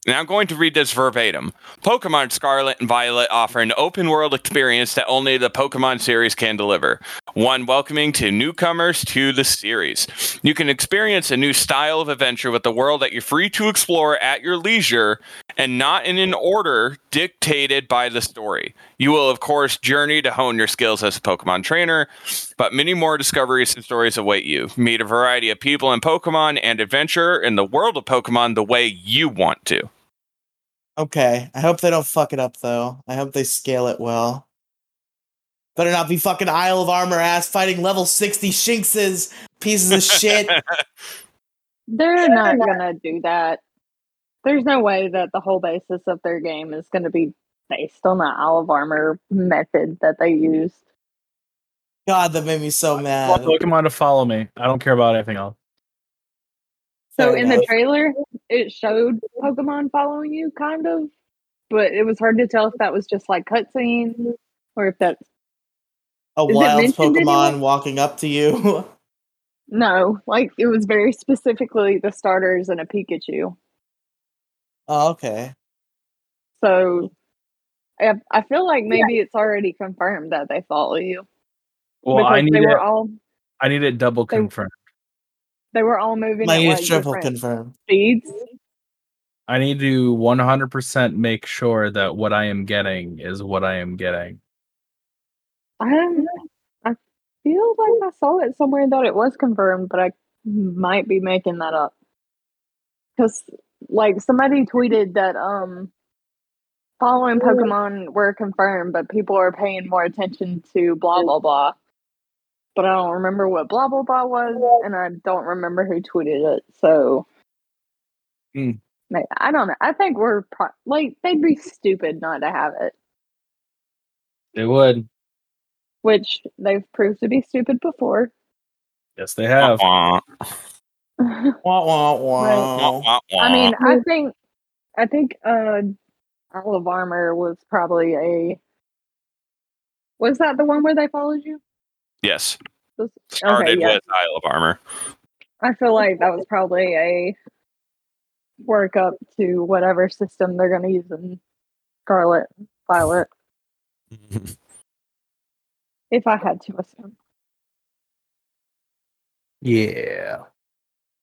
and I'm going to read this verbatim. Pokemon Scarlet and Violet offer an open world experience that only the Pokemon series can deliver. One welcoming to newcomers to the series. You can experience a new style of adventure with the world that you're free to explore at your leisure and not in an order dictated by the story. You will, of course, journey to hone your skills as a Pokemon trainer, but many more discoveries and stories await you. Meet a variety of people in Pokemon and adventure in the world of Pokemon the way you want to. Okay. I hope they don't fuck it up though. I hope they scale it well. Better not be fucking Isle of Armor ass fighting level 60 Shinxes, pieces of shit. They're not gonna do that. There's no way that the whole basis of their game is gonna be based on the Isle of Armor method that they used. God, that made me so I mad. want Pokemon to follow me. I don't care about anything else. So Fair in enough. the trailer, it showed Pokemon following you, kind of, but it was hard to tell if that was just like cutscenes or if that's a Is it wild mentioned Pokemon anywhere? walking up to you. no. Like it was very specifically the starters and a Pikachu. oh, okay. So I, I feel like maybe it's already confirmed that they follow you Well, I need they it. were all I need it double they- confirmed. they were all moving My at like is triple different confirmed. speeds. I need to 100% make sure that what I am getting is what I am getting. I don't know. I feel like I saw it somewhere that it was confirmed, but I might be making that up. Because like somebody tweeted that um following Pokemon were confirmed, but people are paying more attention to blah blah blah. But I don't remember what blah blah blah was, and I don't remember who tweeted it. So. Hmm. Like, I don't know. I think we're pro- like they'd be stupid not to have it They would. which they've proved to be stupid before. Yes, they have. Wah, I Wah, wah, wah, wah. wah, wah, wah. mean, I think I think uh Isle of Armor was probably a was that the one where they followed you? yes. Was- Started yeah. with Isle of Armor. I feel like that was probably a workup to whatever system they're gonna use in Scarlet Violet, if I had to assume. Yeah.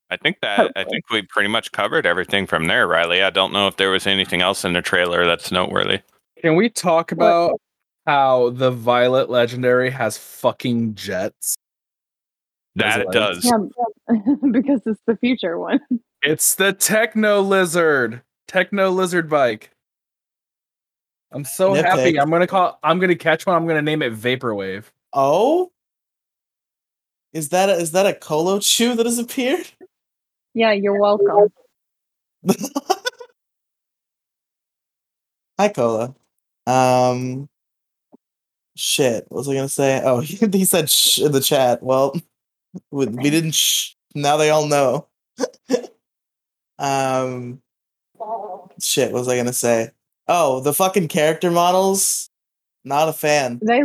I think that I think we pretty much covered everything from there, Riley. I don't know if there was anything else in the trailer that's noteworthy. Can we talk about how the Violet Legendary has fucking jets? That it Lizard. does. Yeah, because it's the future one. It's the Techno Lizard. Techno Lizard bike. I'm so Nitpick. happy. I'm gonna call. I'm gonna catch one. I'm gonna name it Vaporwave. Oh? Is that a, is that a Colo Chew that has appeared? Yeah, you're welcome. Hi, Cola. Um, Shit, what was I gonna say? Oh, he said shh in the chat. Well, we, we didn't shh. Now they all know. um, shit, what was I gonna say? Oh, the fucking character models. Not a fan. They.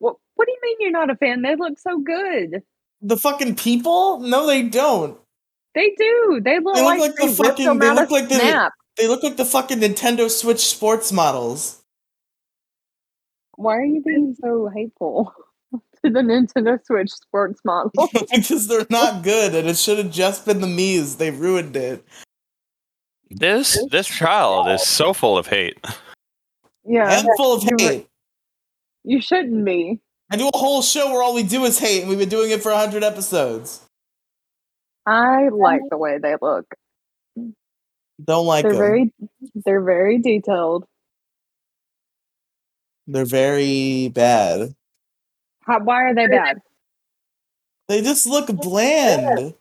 What, what do you mean you're not a fan? They look so good. The fucking people? No, they don't. They do. They look, They look like, like the they ripped fucking- them they out look of like they- Snap. They look like the fucking Nintendo Switch sports models. Why are you being so hateful to the Nintendo Switch sports model? because they're not good, and it should have just been the Mii's. They ruined it. This this child is so full of hate. yeah, and full of you're right. hate. you shouldn't be. I do a whole show where all we do is hate, and we've been doing it for hundred episodes. I like the way they look. Don't like They're them. very, they're very detailed. They're very bad. How, why are they bad? They just look bland.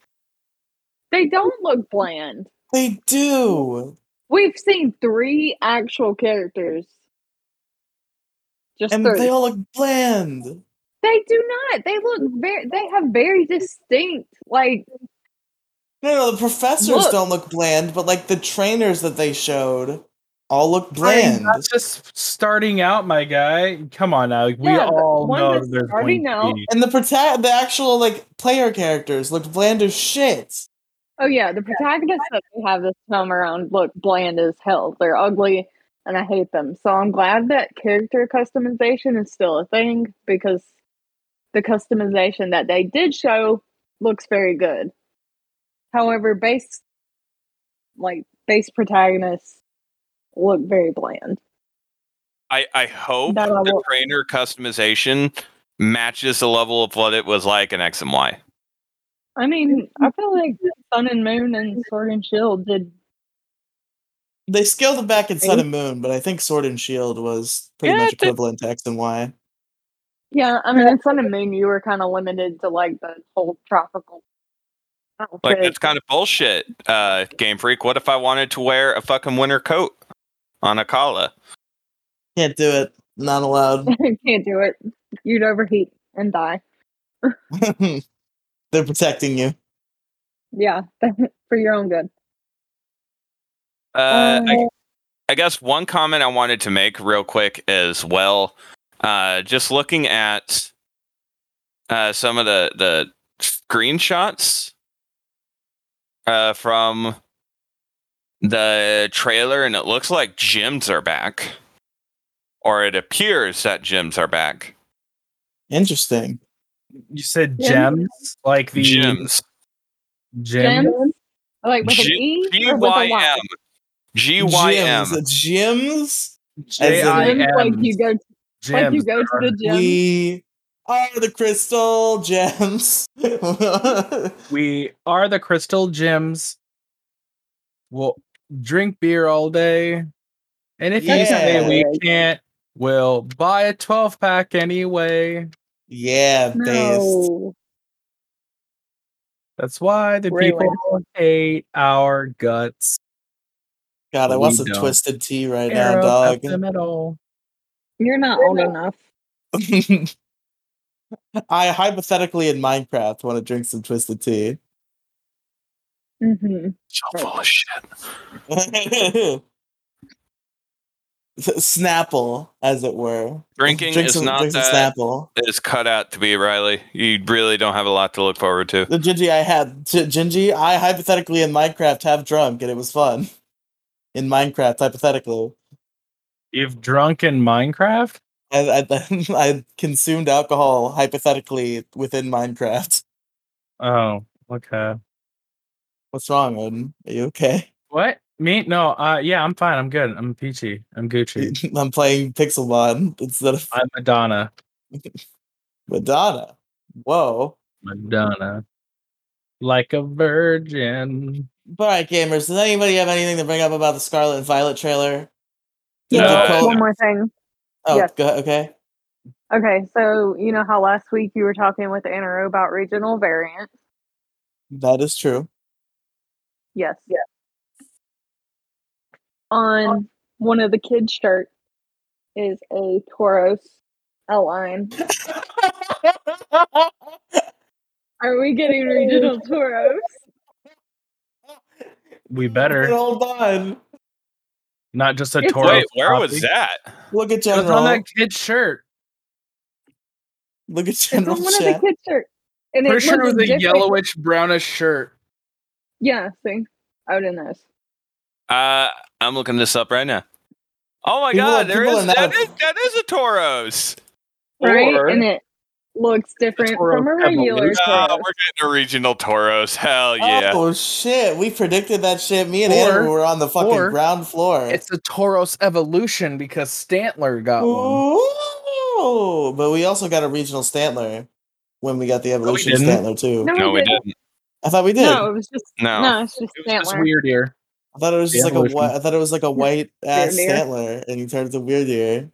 They don't look bland. They do. We've seen three actual characters. Just And three. they all look bland. They do not. They look very. They have very distinct. Like No, no, the professors Look. don't look bland, but like the trainers that they showed all look Brian, bland. That's just starting out, my guy. Come on now. We Yeah, but all one know that's there's starting going to out- be. And the prota- the actual like player characters looked bland as shit. oh yeah, the protagonists that we have this time around look bland as hell. They're ugly, and I hate them. So I'm glad that character customization is still a thing because the customization that they did show looks very good. However, base like base protagonists look very bland. I I hope That I the will- trainer customization matches the level of what it was like in X and Y. I mean, I feel like Sun and Moon and Sword and Shield did They scaled it back in Sun and Moon, but I think Sword and Shield was pretty Yeah, much it did. equivalent to X and Y. Yeah, I mean, in Sun and Moon, you were kind of limited to like the whole tropical. Like outfit. that's kind of bullshit. Uh, Game Freak. What if I wanted to wear a fucking winter coat on a Akala? Can't do it. Not allowed. you can't do it. You'd overheat and die. They're protecting you. Yeah, for your own good. Uh, I Um, I guess one comment I wanted to make real quick as well, uh, just looking at uh, some of the the screenshots uh, from the trailer, and it looks like gyms are back, or it appears that gyms are back. Interesting. You said Yeah. gems? Like the gyms, Gem? Gems? Like with an G- E? G or with a Y Y? M, G Y M. Gyms. Gyms? Gyms, Like you J-I-M. go, like you go to the gym. We are the crystal gems. We are the Crystal Gems. We'll drink beer all day. And if you say we Yeah. can't, we'll buy a 12 pack anyway. yeah, based. no. That's why the Really? people hate our guts. God, I We want some don't. twisted tea right now, Arrow dog. cut them at all. You're not old enough. I hypothetically in Minecraft want to drink some twisted tea. hmm So full of shit. Snapple, as it were. Drinking Drink is some- not drink some that- Snapple. It's cut out to be Riley. You really don't have a lot to look forward to. The Gingy I had, G- Gingy, I hypothetically in Minecraft have drunk and it was fun. In Minecraft, hypothetically, You've drunk in Minecraft? I, I, I consumed alcohol hypothetically within Minecraft. Oh, okay. What's wrong, Odin? Are you okay? What? Me? No. Uh, yeah, I'm fine. I'm good. I'm peachy. I'm Gucci. I'm playing Pixelmon instead of I'm Madonna. Madonna. Whoa. Madonna. Like a virgin. All right, gamers. Does anybody have anything to bring up about the Scarlet and Violet trailer? Did No. the Cool. One more thing. oh, Yes. go, okay. Okay, so you know how last week you were talking with Anna about regional variant? That is true. Yes. Yes. On one of the kids' shirts is a Tauros outline. Are we getting regional Toros? We better Hold on. not just a It's- Toro. Wait, where was copy. that? Look at It was on General. that kid's shirt. Look at It's General on one of the Chat. kids' shirts. And Pretty it sure it was looked a different- yellowish brownish shirt. Yeah, see? I would not know. Uh, I'm looking this up right now. Oh my People god, are- there people is are not- that, is that is a Toros. Right? Or- and it looks different Toro from a regular Evolution. Uh, Toro. we're getting a regional Toros. Hell yeah. Oh shit! We predicted that shit. Me and Or- Andrew were on the fucking or ground floor. It's a Toros evolution because Stantler got one. Ooh! But we also got a regional Stantler when we got the evolution didn't. Stantler too. No, no, we we didn't. didn't. I thought we did. No, it was just No. no, it's just It was just Stantler. weird here. I thought it was The just like a evolution. white. I thought it was like a white ass Weird ear. Stantler, and he turned to weird ear.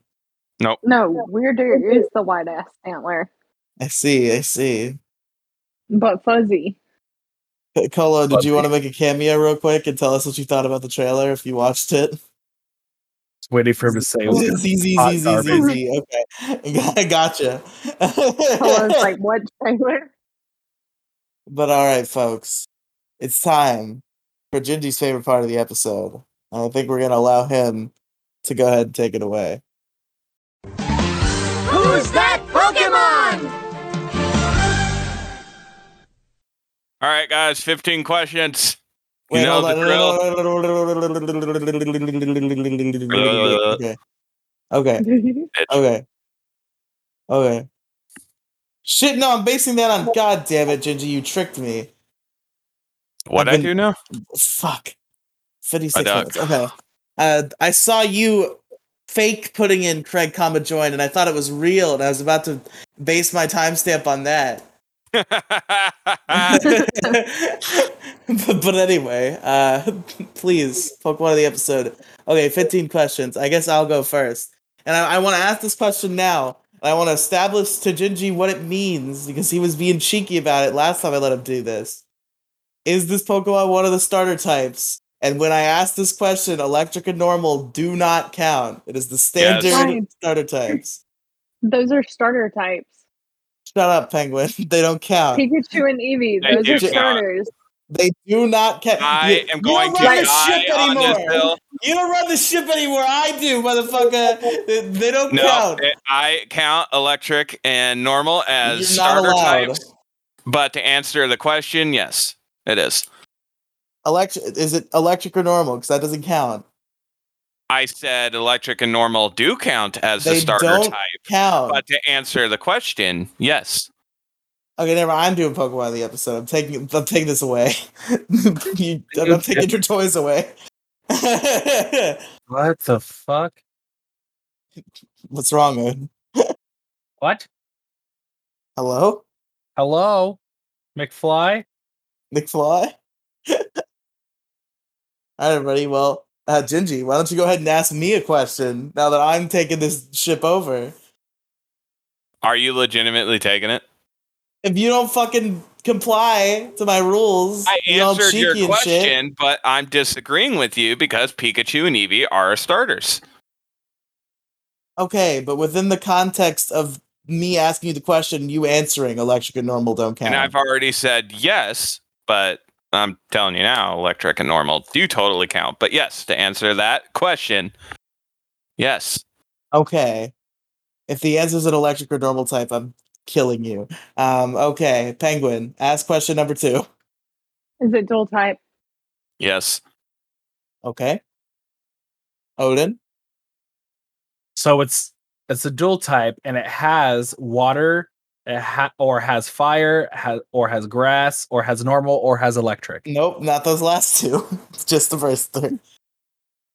No, weirder is the white ass Stantler, I see. I see. but fuzzy. Colo, did you Lovely. want to make a cameo real quick and tell us what you thought about the trailer if you watched it? Just waiting for him to say. Z, Z, Z, hot Z, Z, garbage. Z. Okay, gotcha. I was like, what trailer? But all right, folks, it's time for Gingy's favorite part of the episode. And I think we're going to allow him to go ahead and take it away. Who's that Pokemon? All right, guys, 15 questions. You Wait, know hold the on. drill. Okay. Okay. Okay. Okay. Shit, no, I'm basing that on. God damn it, Gingy, you tricked me. What I've I been- do now? Fuck. 56 I minutes. Okay. Uh, I saw you fake putting in Craig, comma join, and I thought it was real, and I was about to base my timestamp on that. but, but anyway, uh, please, poke one of the episode. Okay, 15 questions. I guess I'll go first. And I, I want to ask this question now. I want to establish to Jinji what it means because he was being cheeky about it last time I let him do this. Is this Pokemon one of the starter types? And when I ask this question, electric and normal do not count. It is the standard Fine. starter types. Those are starter types. Shut up, Penguin. They don't count. Pikachu and Eevee, They those do are count. starters. They do not count. I am going you to don't run the die ship on this anymore. hill. You don't run the ship anymore. I do, motherfucker. They, they don't No, count. it- I count electric and normal as You're not starter allowed. types. But to answer the question, yes, it is. Electric is it electric or normal? Because that doesn't count. I said electric and normal do count as the They starter don't- type. Count. But to answer the question, yes. okay, never. mind. I'm doing Pokemon of the episode. I'm taking. I'm taking this away. you, I'm, I'm taking your toys away. What the fuck? What's wrong, man? What? Hello, Hello, McFly. McFly. All right, everybody. Well, uh, Gingy, why don't you go ahead and ask me a question now that I'm taking this ship over? Are you legitimately taking it? if you don't fucking comply to my rules, I you all answered cheeky your and shit. question, but I'm disagreeing with you because Pikachu and Eevee are starters. Okay, but within the context of me asking you the question, you answering electric and normal don't count. And I've already said yes, but I'm telling you now, electric and normal do totally count. But yes, to answer that question, yes. okay, if the answer's an electric or normal type, I'm killing you. Um, okay, penguin, ask question number two. Is it dual type? Yes. Okay, Odin. So it's it's a dual type, and it has water, it ha- or has fire, has or has grass, or has normal, or has electric. Nope, not those last two. It's just the first three.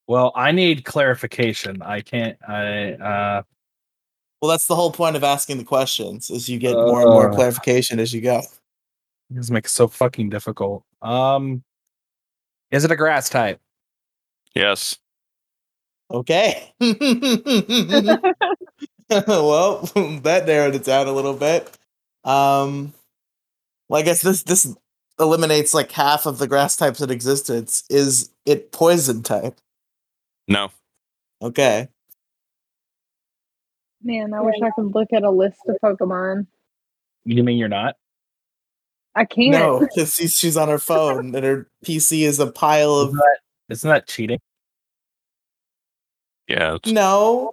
Well, I need clarification. I can't. I uh, Well, that's the whole point of asking the questions is you get more and more Uh. clarification as you go. this makes it so fucking difficult. Um, is it a grass type? Yes. Okay. well, that narrowed it down a little bit. Um, well, I guess this this eliminates like half of the grass types in existence. Is it poison type? No. Okay. Man, I wish I could look at a list of Pokemon. You mean you're not? I can't. No, because she's on her phone and her PC is a pile of Isn't that, isn't that cheating? Yeah. it's- no,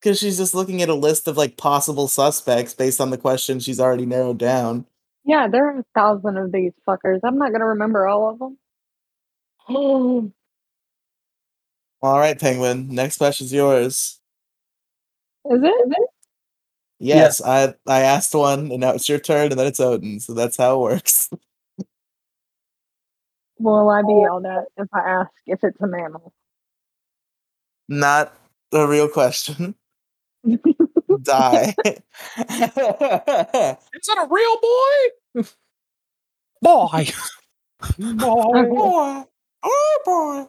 because she's just looking at a list of like possible suspects based on the question she's already narrowed down. Yeah, there are a thousand of these fuckers. I'm not gonna remember all of them. All right, Penguin. Next question's yours. Is it? Yes, I I asked one, and now it's your turn, and then it's Odin. So that's how it works. Will I be yelled at if I ask if it's a mammal? Not a real question. Die. Is that a real boy? Boy. Okay, boy, oh boy.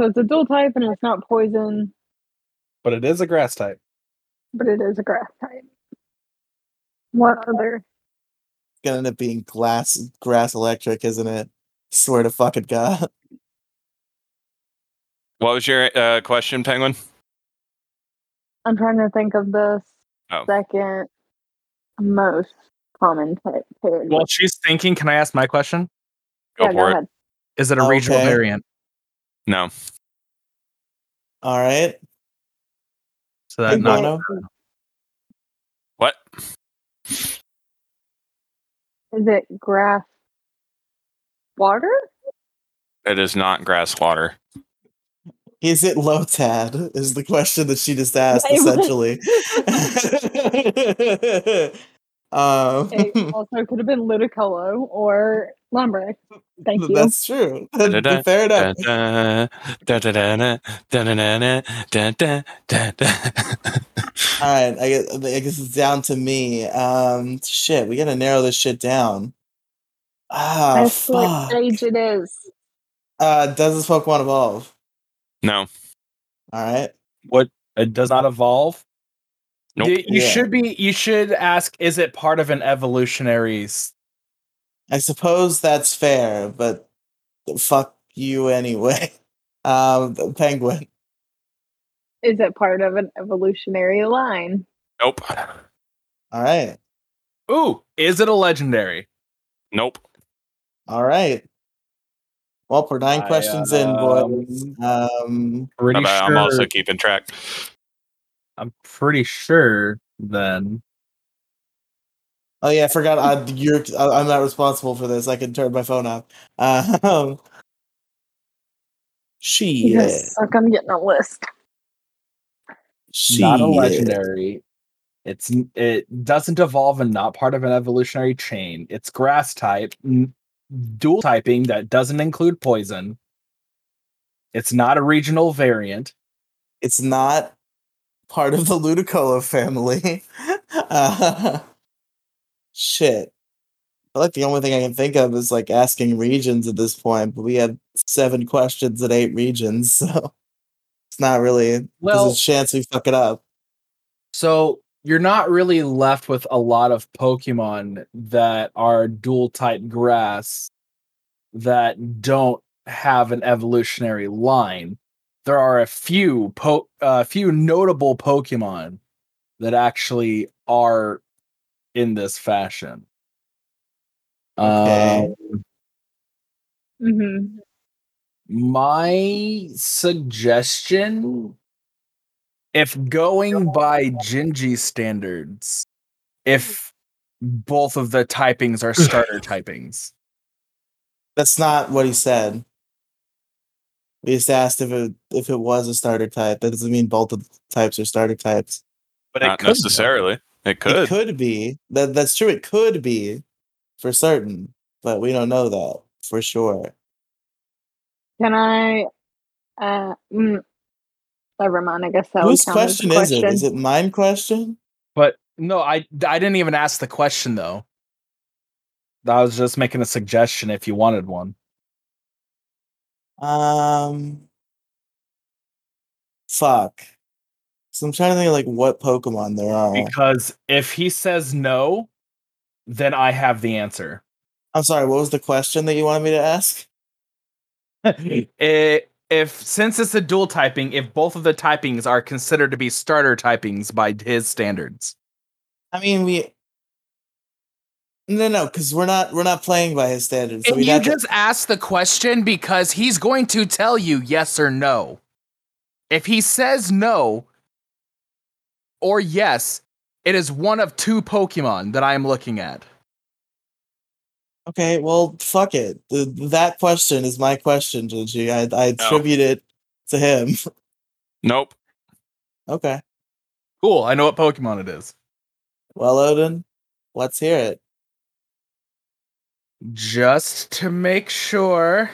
So it's a dual type and it's not poison, But it is a grass type. but it is a grass type. What other? Gonna end up being glass grass electric, isn't it? Swear to fucking god. What was your uh, question, Penguin? I'm trying to think of the Oh. second most common type. paired Well, with- she's thinking, can I ask my question? Go Yeah, for it. ahead. Is it a regional Okay. variant? No. All right. So that Big not Mono. What? Is it grass water? It is not grass water. Is it low tad? Is the question that she just asked, It was- essentially. um, It also could have been Ludicolo or Lombre. Thank you. That's true. Da-da-da, Fair Da, enough. da, da, da, da, da, da, da, da, da, da, da, da. All right, I guess, I guess it's down to me. Um, shit, we gotta narrow this shit down. Ah, That's what fuck. stage it is. Uh, does this Pokemon evolve? No. All right. what it does not evolve. Nope. You, you Yeah. should be you should ask, is it part of an evolutionary s- I suppose that's fair, but fuck you anyway. Um, Penguin. Is it part of an evolutionary line? Nope. All right. Ooh, is it a legendary? Nope. All right. Well, we're nine I, questions in, boys. Um, Pretty But I'm sure- also keeping track. I'm pretty sure then. oh yeah, I forgot. I, you're. I, I'm not responsible for this. I can turn my phone off. Um, she. Yes. Like I'm getting a list. She not a legendary. It's n- it doesn't evolve and not part of an evolutionary chain. It's grass type, n- dual typing that doesn't include poison. It's not a regional variant. It's not part of the Ludicolo family. uh, shit. I like the only thing I can think of is like asking regions at this point, but we had seven questions at eight regions, so it's not really Well- there's a chance we fuck it up. So you're not really left with a lot of Pokemon that are dual type grass that don't have an evolutionary line. There are a few po- a few notable Pokemon that actually are in this fashion. Okay. Um, Mm-hmm. my suggestion, if going by Genji standards, if both of the typings are starter typings, That's not what he said. We just asked if it if it was a starter type. That doesn't mean both of the types are starter types. but it Not could be. necessarily. It could. It could be. That that's true. It could be for certain, but we don't know that for sure. Can I? Uh, mm, never mind. I guess that Whose would count as a question is it? Is question. it mine question? But no, I I didn't even ask the question though. I was just making a suggestion if you wanted one. Um Fuck. So I'm trying to think of like what Pokemon there are. Because if he says no, then I have the answer. I'm sorry, what was the question that you wanted me to ask? it if since it's a dual typing, if both of the typings are considered to be starter typings by his standards. I mean, we. No, no, because we're not we're not playing by his standards. Can We'd you have to- just ask the question because he's going to tell you yes or no. If he says no or yes, it is one of two Pokemon that I am looking at. Okay, well, fuck it. Th- that question is my question, Jinji. I, I No. attribute it to him. Nope. Okay. Cool, I know what Pokemon it is. Well, Odin, let's hear it. Just to make sure.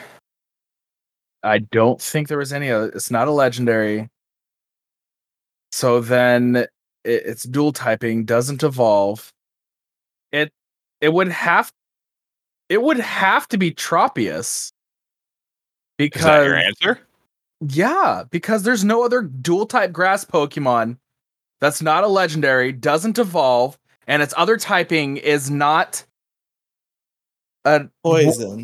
I don't think there was any other. It's not a legendary. So then it, it's dual typing, doesn't evolve. It it would have it would have to be Tropius. Is that your Because answer? Yeah, because there's no other dual type grass Pokemon that's not a legendary, doesn't evolve, and its other typing is not a Poison.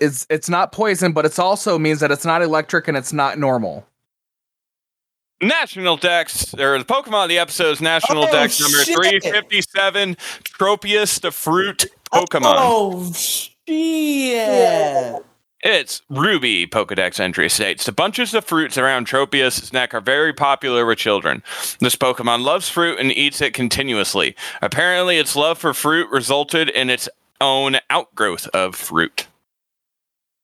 It's it's not poison, but it's also means that it's not electric and it's not normal. National Dex, or the Pokemon of the episode's National Oh, Dex number shit. 357, Tropius the Fruit Pokemon. Oh, shit. Its Ruby Pokedex entry states the bunches of fruits around Tropius' neck are very popular with children. This Pokemon loves fruit and eats it continuously. Apparently, its love for fruit resulted in its own outgrowth of fruit.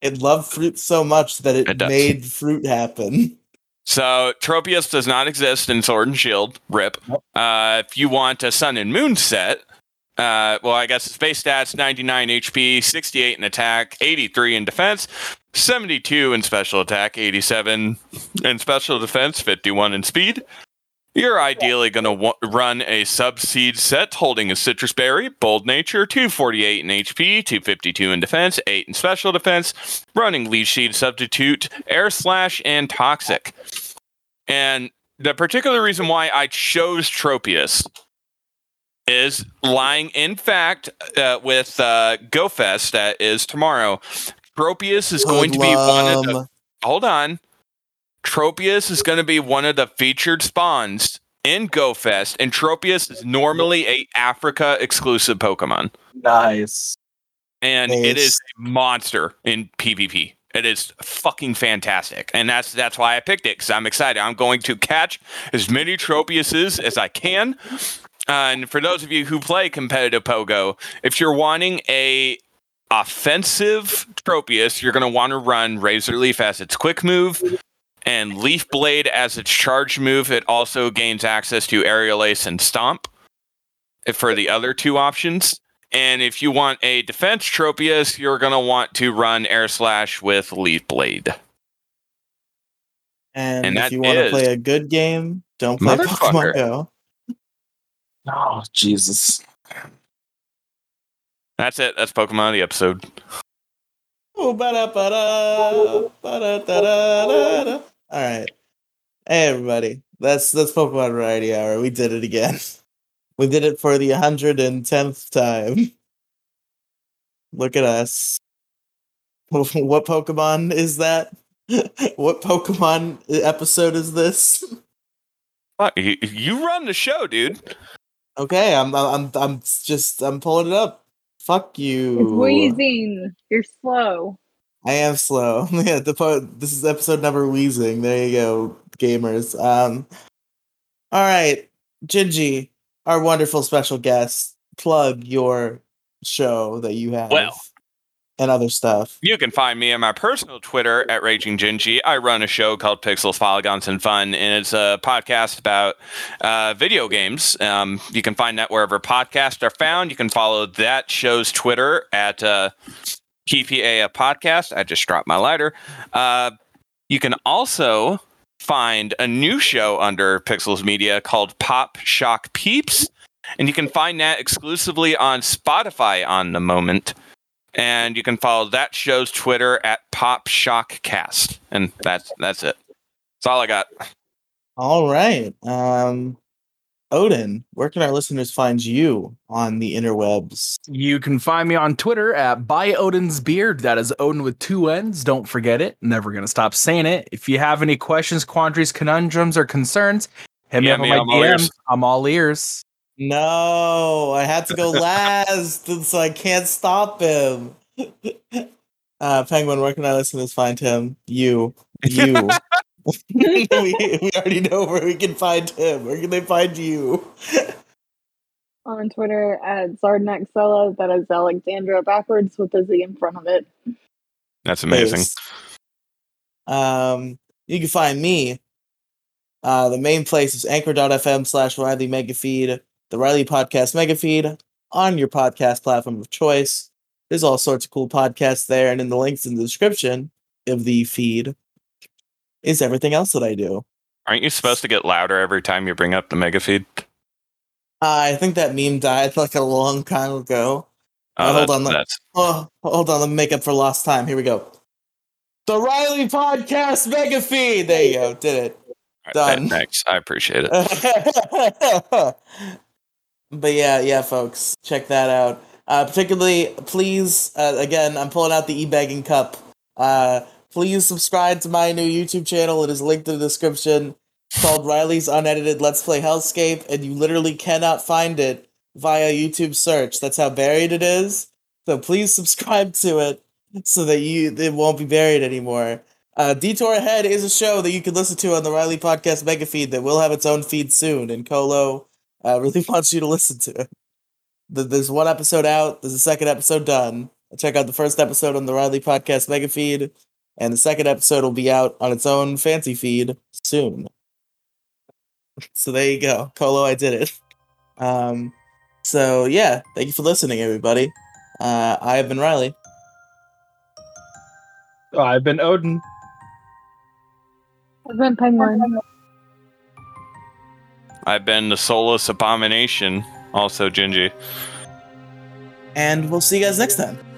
It loved fruit so much that it, It does. made fruit happen. So Tropius does not exist in Sword and Shield. Rip. Uh, if you want a Sun and Moon set, uh, well, I guess its base stats: 99 HP, 68 in attack, 83 in defense, 72 in special attack, 87 in special defense, 51 in speed. You're ideally going to wa- run a subseed set holding a citrus berry, bold nature, 248 in HP, 252 in defense, 8 in special defense, running leech seed substitute, air slash, and toxic. And the particular reason why I chose Tropius is lying in fact uh, with uh, GoFest that is tomorrow. Tropius is going to be one of the Hoodlum. hold on. Tropius is going to be one of the featured spawns in GoFest, and Tropius is normally a Africa exclusive Pokemon, Nice. and it Nice. is a monster in PvP. It is fucking fantastic, and that's that's why I picked it because I'm excited. I'm going to catch as many Tropiuses as I can. Uh, And for those of you who play competitive Pogo, if you're wanting a offensive Tropius, you're going to want to run Razor Leaf as its quick move and Leaf Blade as its charge move. It also gains access to Aerial Ace and Stomp for the other two options. And if you want a defense Tropius, you're going to want to run Air Slash with Leaf Blade. And, and if that you want to is- play a good game, don't play Motherfucker. Pokemon Go. Oh, Jesus. That's it. That's Pokemon of the episode. Ooh, ba-da-ba-da, ba-da-da-da-da-da. All right. Hey, everybody. That's that's Pokemon Variety Hour. We did it again. We did it for the 110th time. Look at us. What Pokemon is that? What Pokemon episode is this? Fuck, you, you run the show, dude. Okay, I'm I'm I'm just I'm pulling it up. Fuck you. It's wheezing. You're slow. I am slow. yeah, the po- this is episode number wheezing. There you go, gamers. Um, all right, Gingy, our wonderful special guest, plug your show that you have. Well. and other stuff. You can find me on my personal Twitter at Raging Gingy. I run a show called Pixels, Polygons, and Fun, and it's a podcast about uh, video games. Um, you can find that wherever podcasts are found. You can follow that show's Twitter at uh, KPA Podcast. I just dropped my lighter. Uh, you can also find a new show under Pixels Media called Pop Shock Peeps, and you can find that exclusively on Spotify on the moment. And you can follow that show's Twitter at Pop Shock Cast. And that's that's it. That's all I got. All right. Um, Odin, where can our listeners find you on the interwebs? You can find me on Twitter at by Odin's beard. That is Odin with two N's. Don't forget it. Never gonna stop saying it. If you have any questions, quandaries, conundrums, or concerns, hit Yeah, me me, up on I'm my all DMs. ears. I'm all ears. No, I had to go last, and so I can't stop him. Uh, Penguin, where can our listeners find him? You. You. we, we already know where we can find him. Where can they find you? on Twitter at Zardaxella. That is Alexandra backwards with a Z in front of it. That's amazing. Thanks. Um, you can find me. Uh, the main place is anchor.fm slash Riley Megafeed, the Riley Podcast Megafeed, on your podcast platform of choice. There's all sorts of cool podcasts there, and in the links in the description of the feed is everything else that I do. Aren't you supposed to get louder every time you bring up the mega feed? Uh, I think that meme died like a long time ago. Oh, Uh, hold that's- on, let- that's Oh, hold on, let me make up for lost time. Here we go. The Riley Podcast Mega Feed. There you go. Did it. all right, done. that- Thanks. I appreciate it. but yeah, yeah, folks, check that out. Uh, particularly, please, uh, again, I'm pulling out the e-bagging cup. Uh, please subscribe to my new YouTube channel. It is linked in the description. It's called Riley's Unedited Let's Play Hellscape, and you literally cannot find it via YouTube search. That's how buried it is. So please subscribe to it so that you it won't be buried anymore. Uh, Detour Ahead is a show that you can listen to on the Riley Podcast Mega Feed that will have its own feed soon, and Colo uh, really wants you to listen to it. Th- There's one episode out. There's a second episode done. Check out the first episode on the Riley Podcast Mega Feed, and the second episode will be out on its own fancy feed soon. So there you go, Colo. I did it. Um, so yeah, thank you for listening, everybody. Uh, I have been Riley. I've been Odin. I've been Penguin. I've been the soulless abomination, also Gingy. and we'll see you guys next time.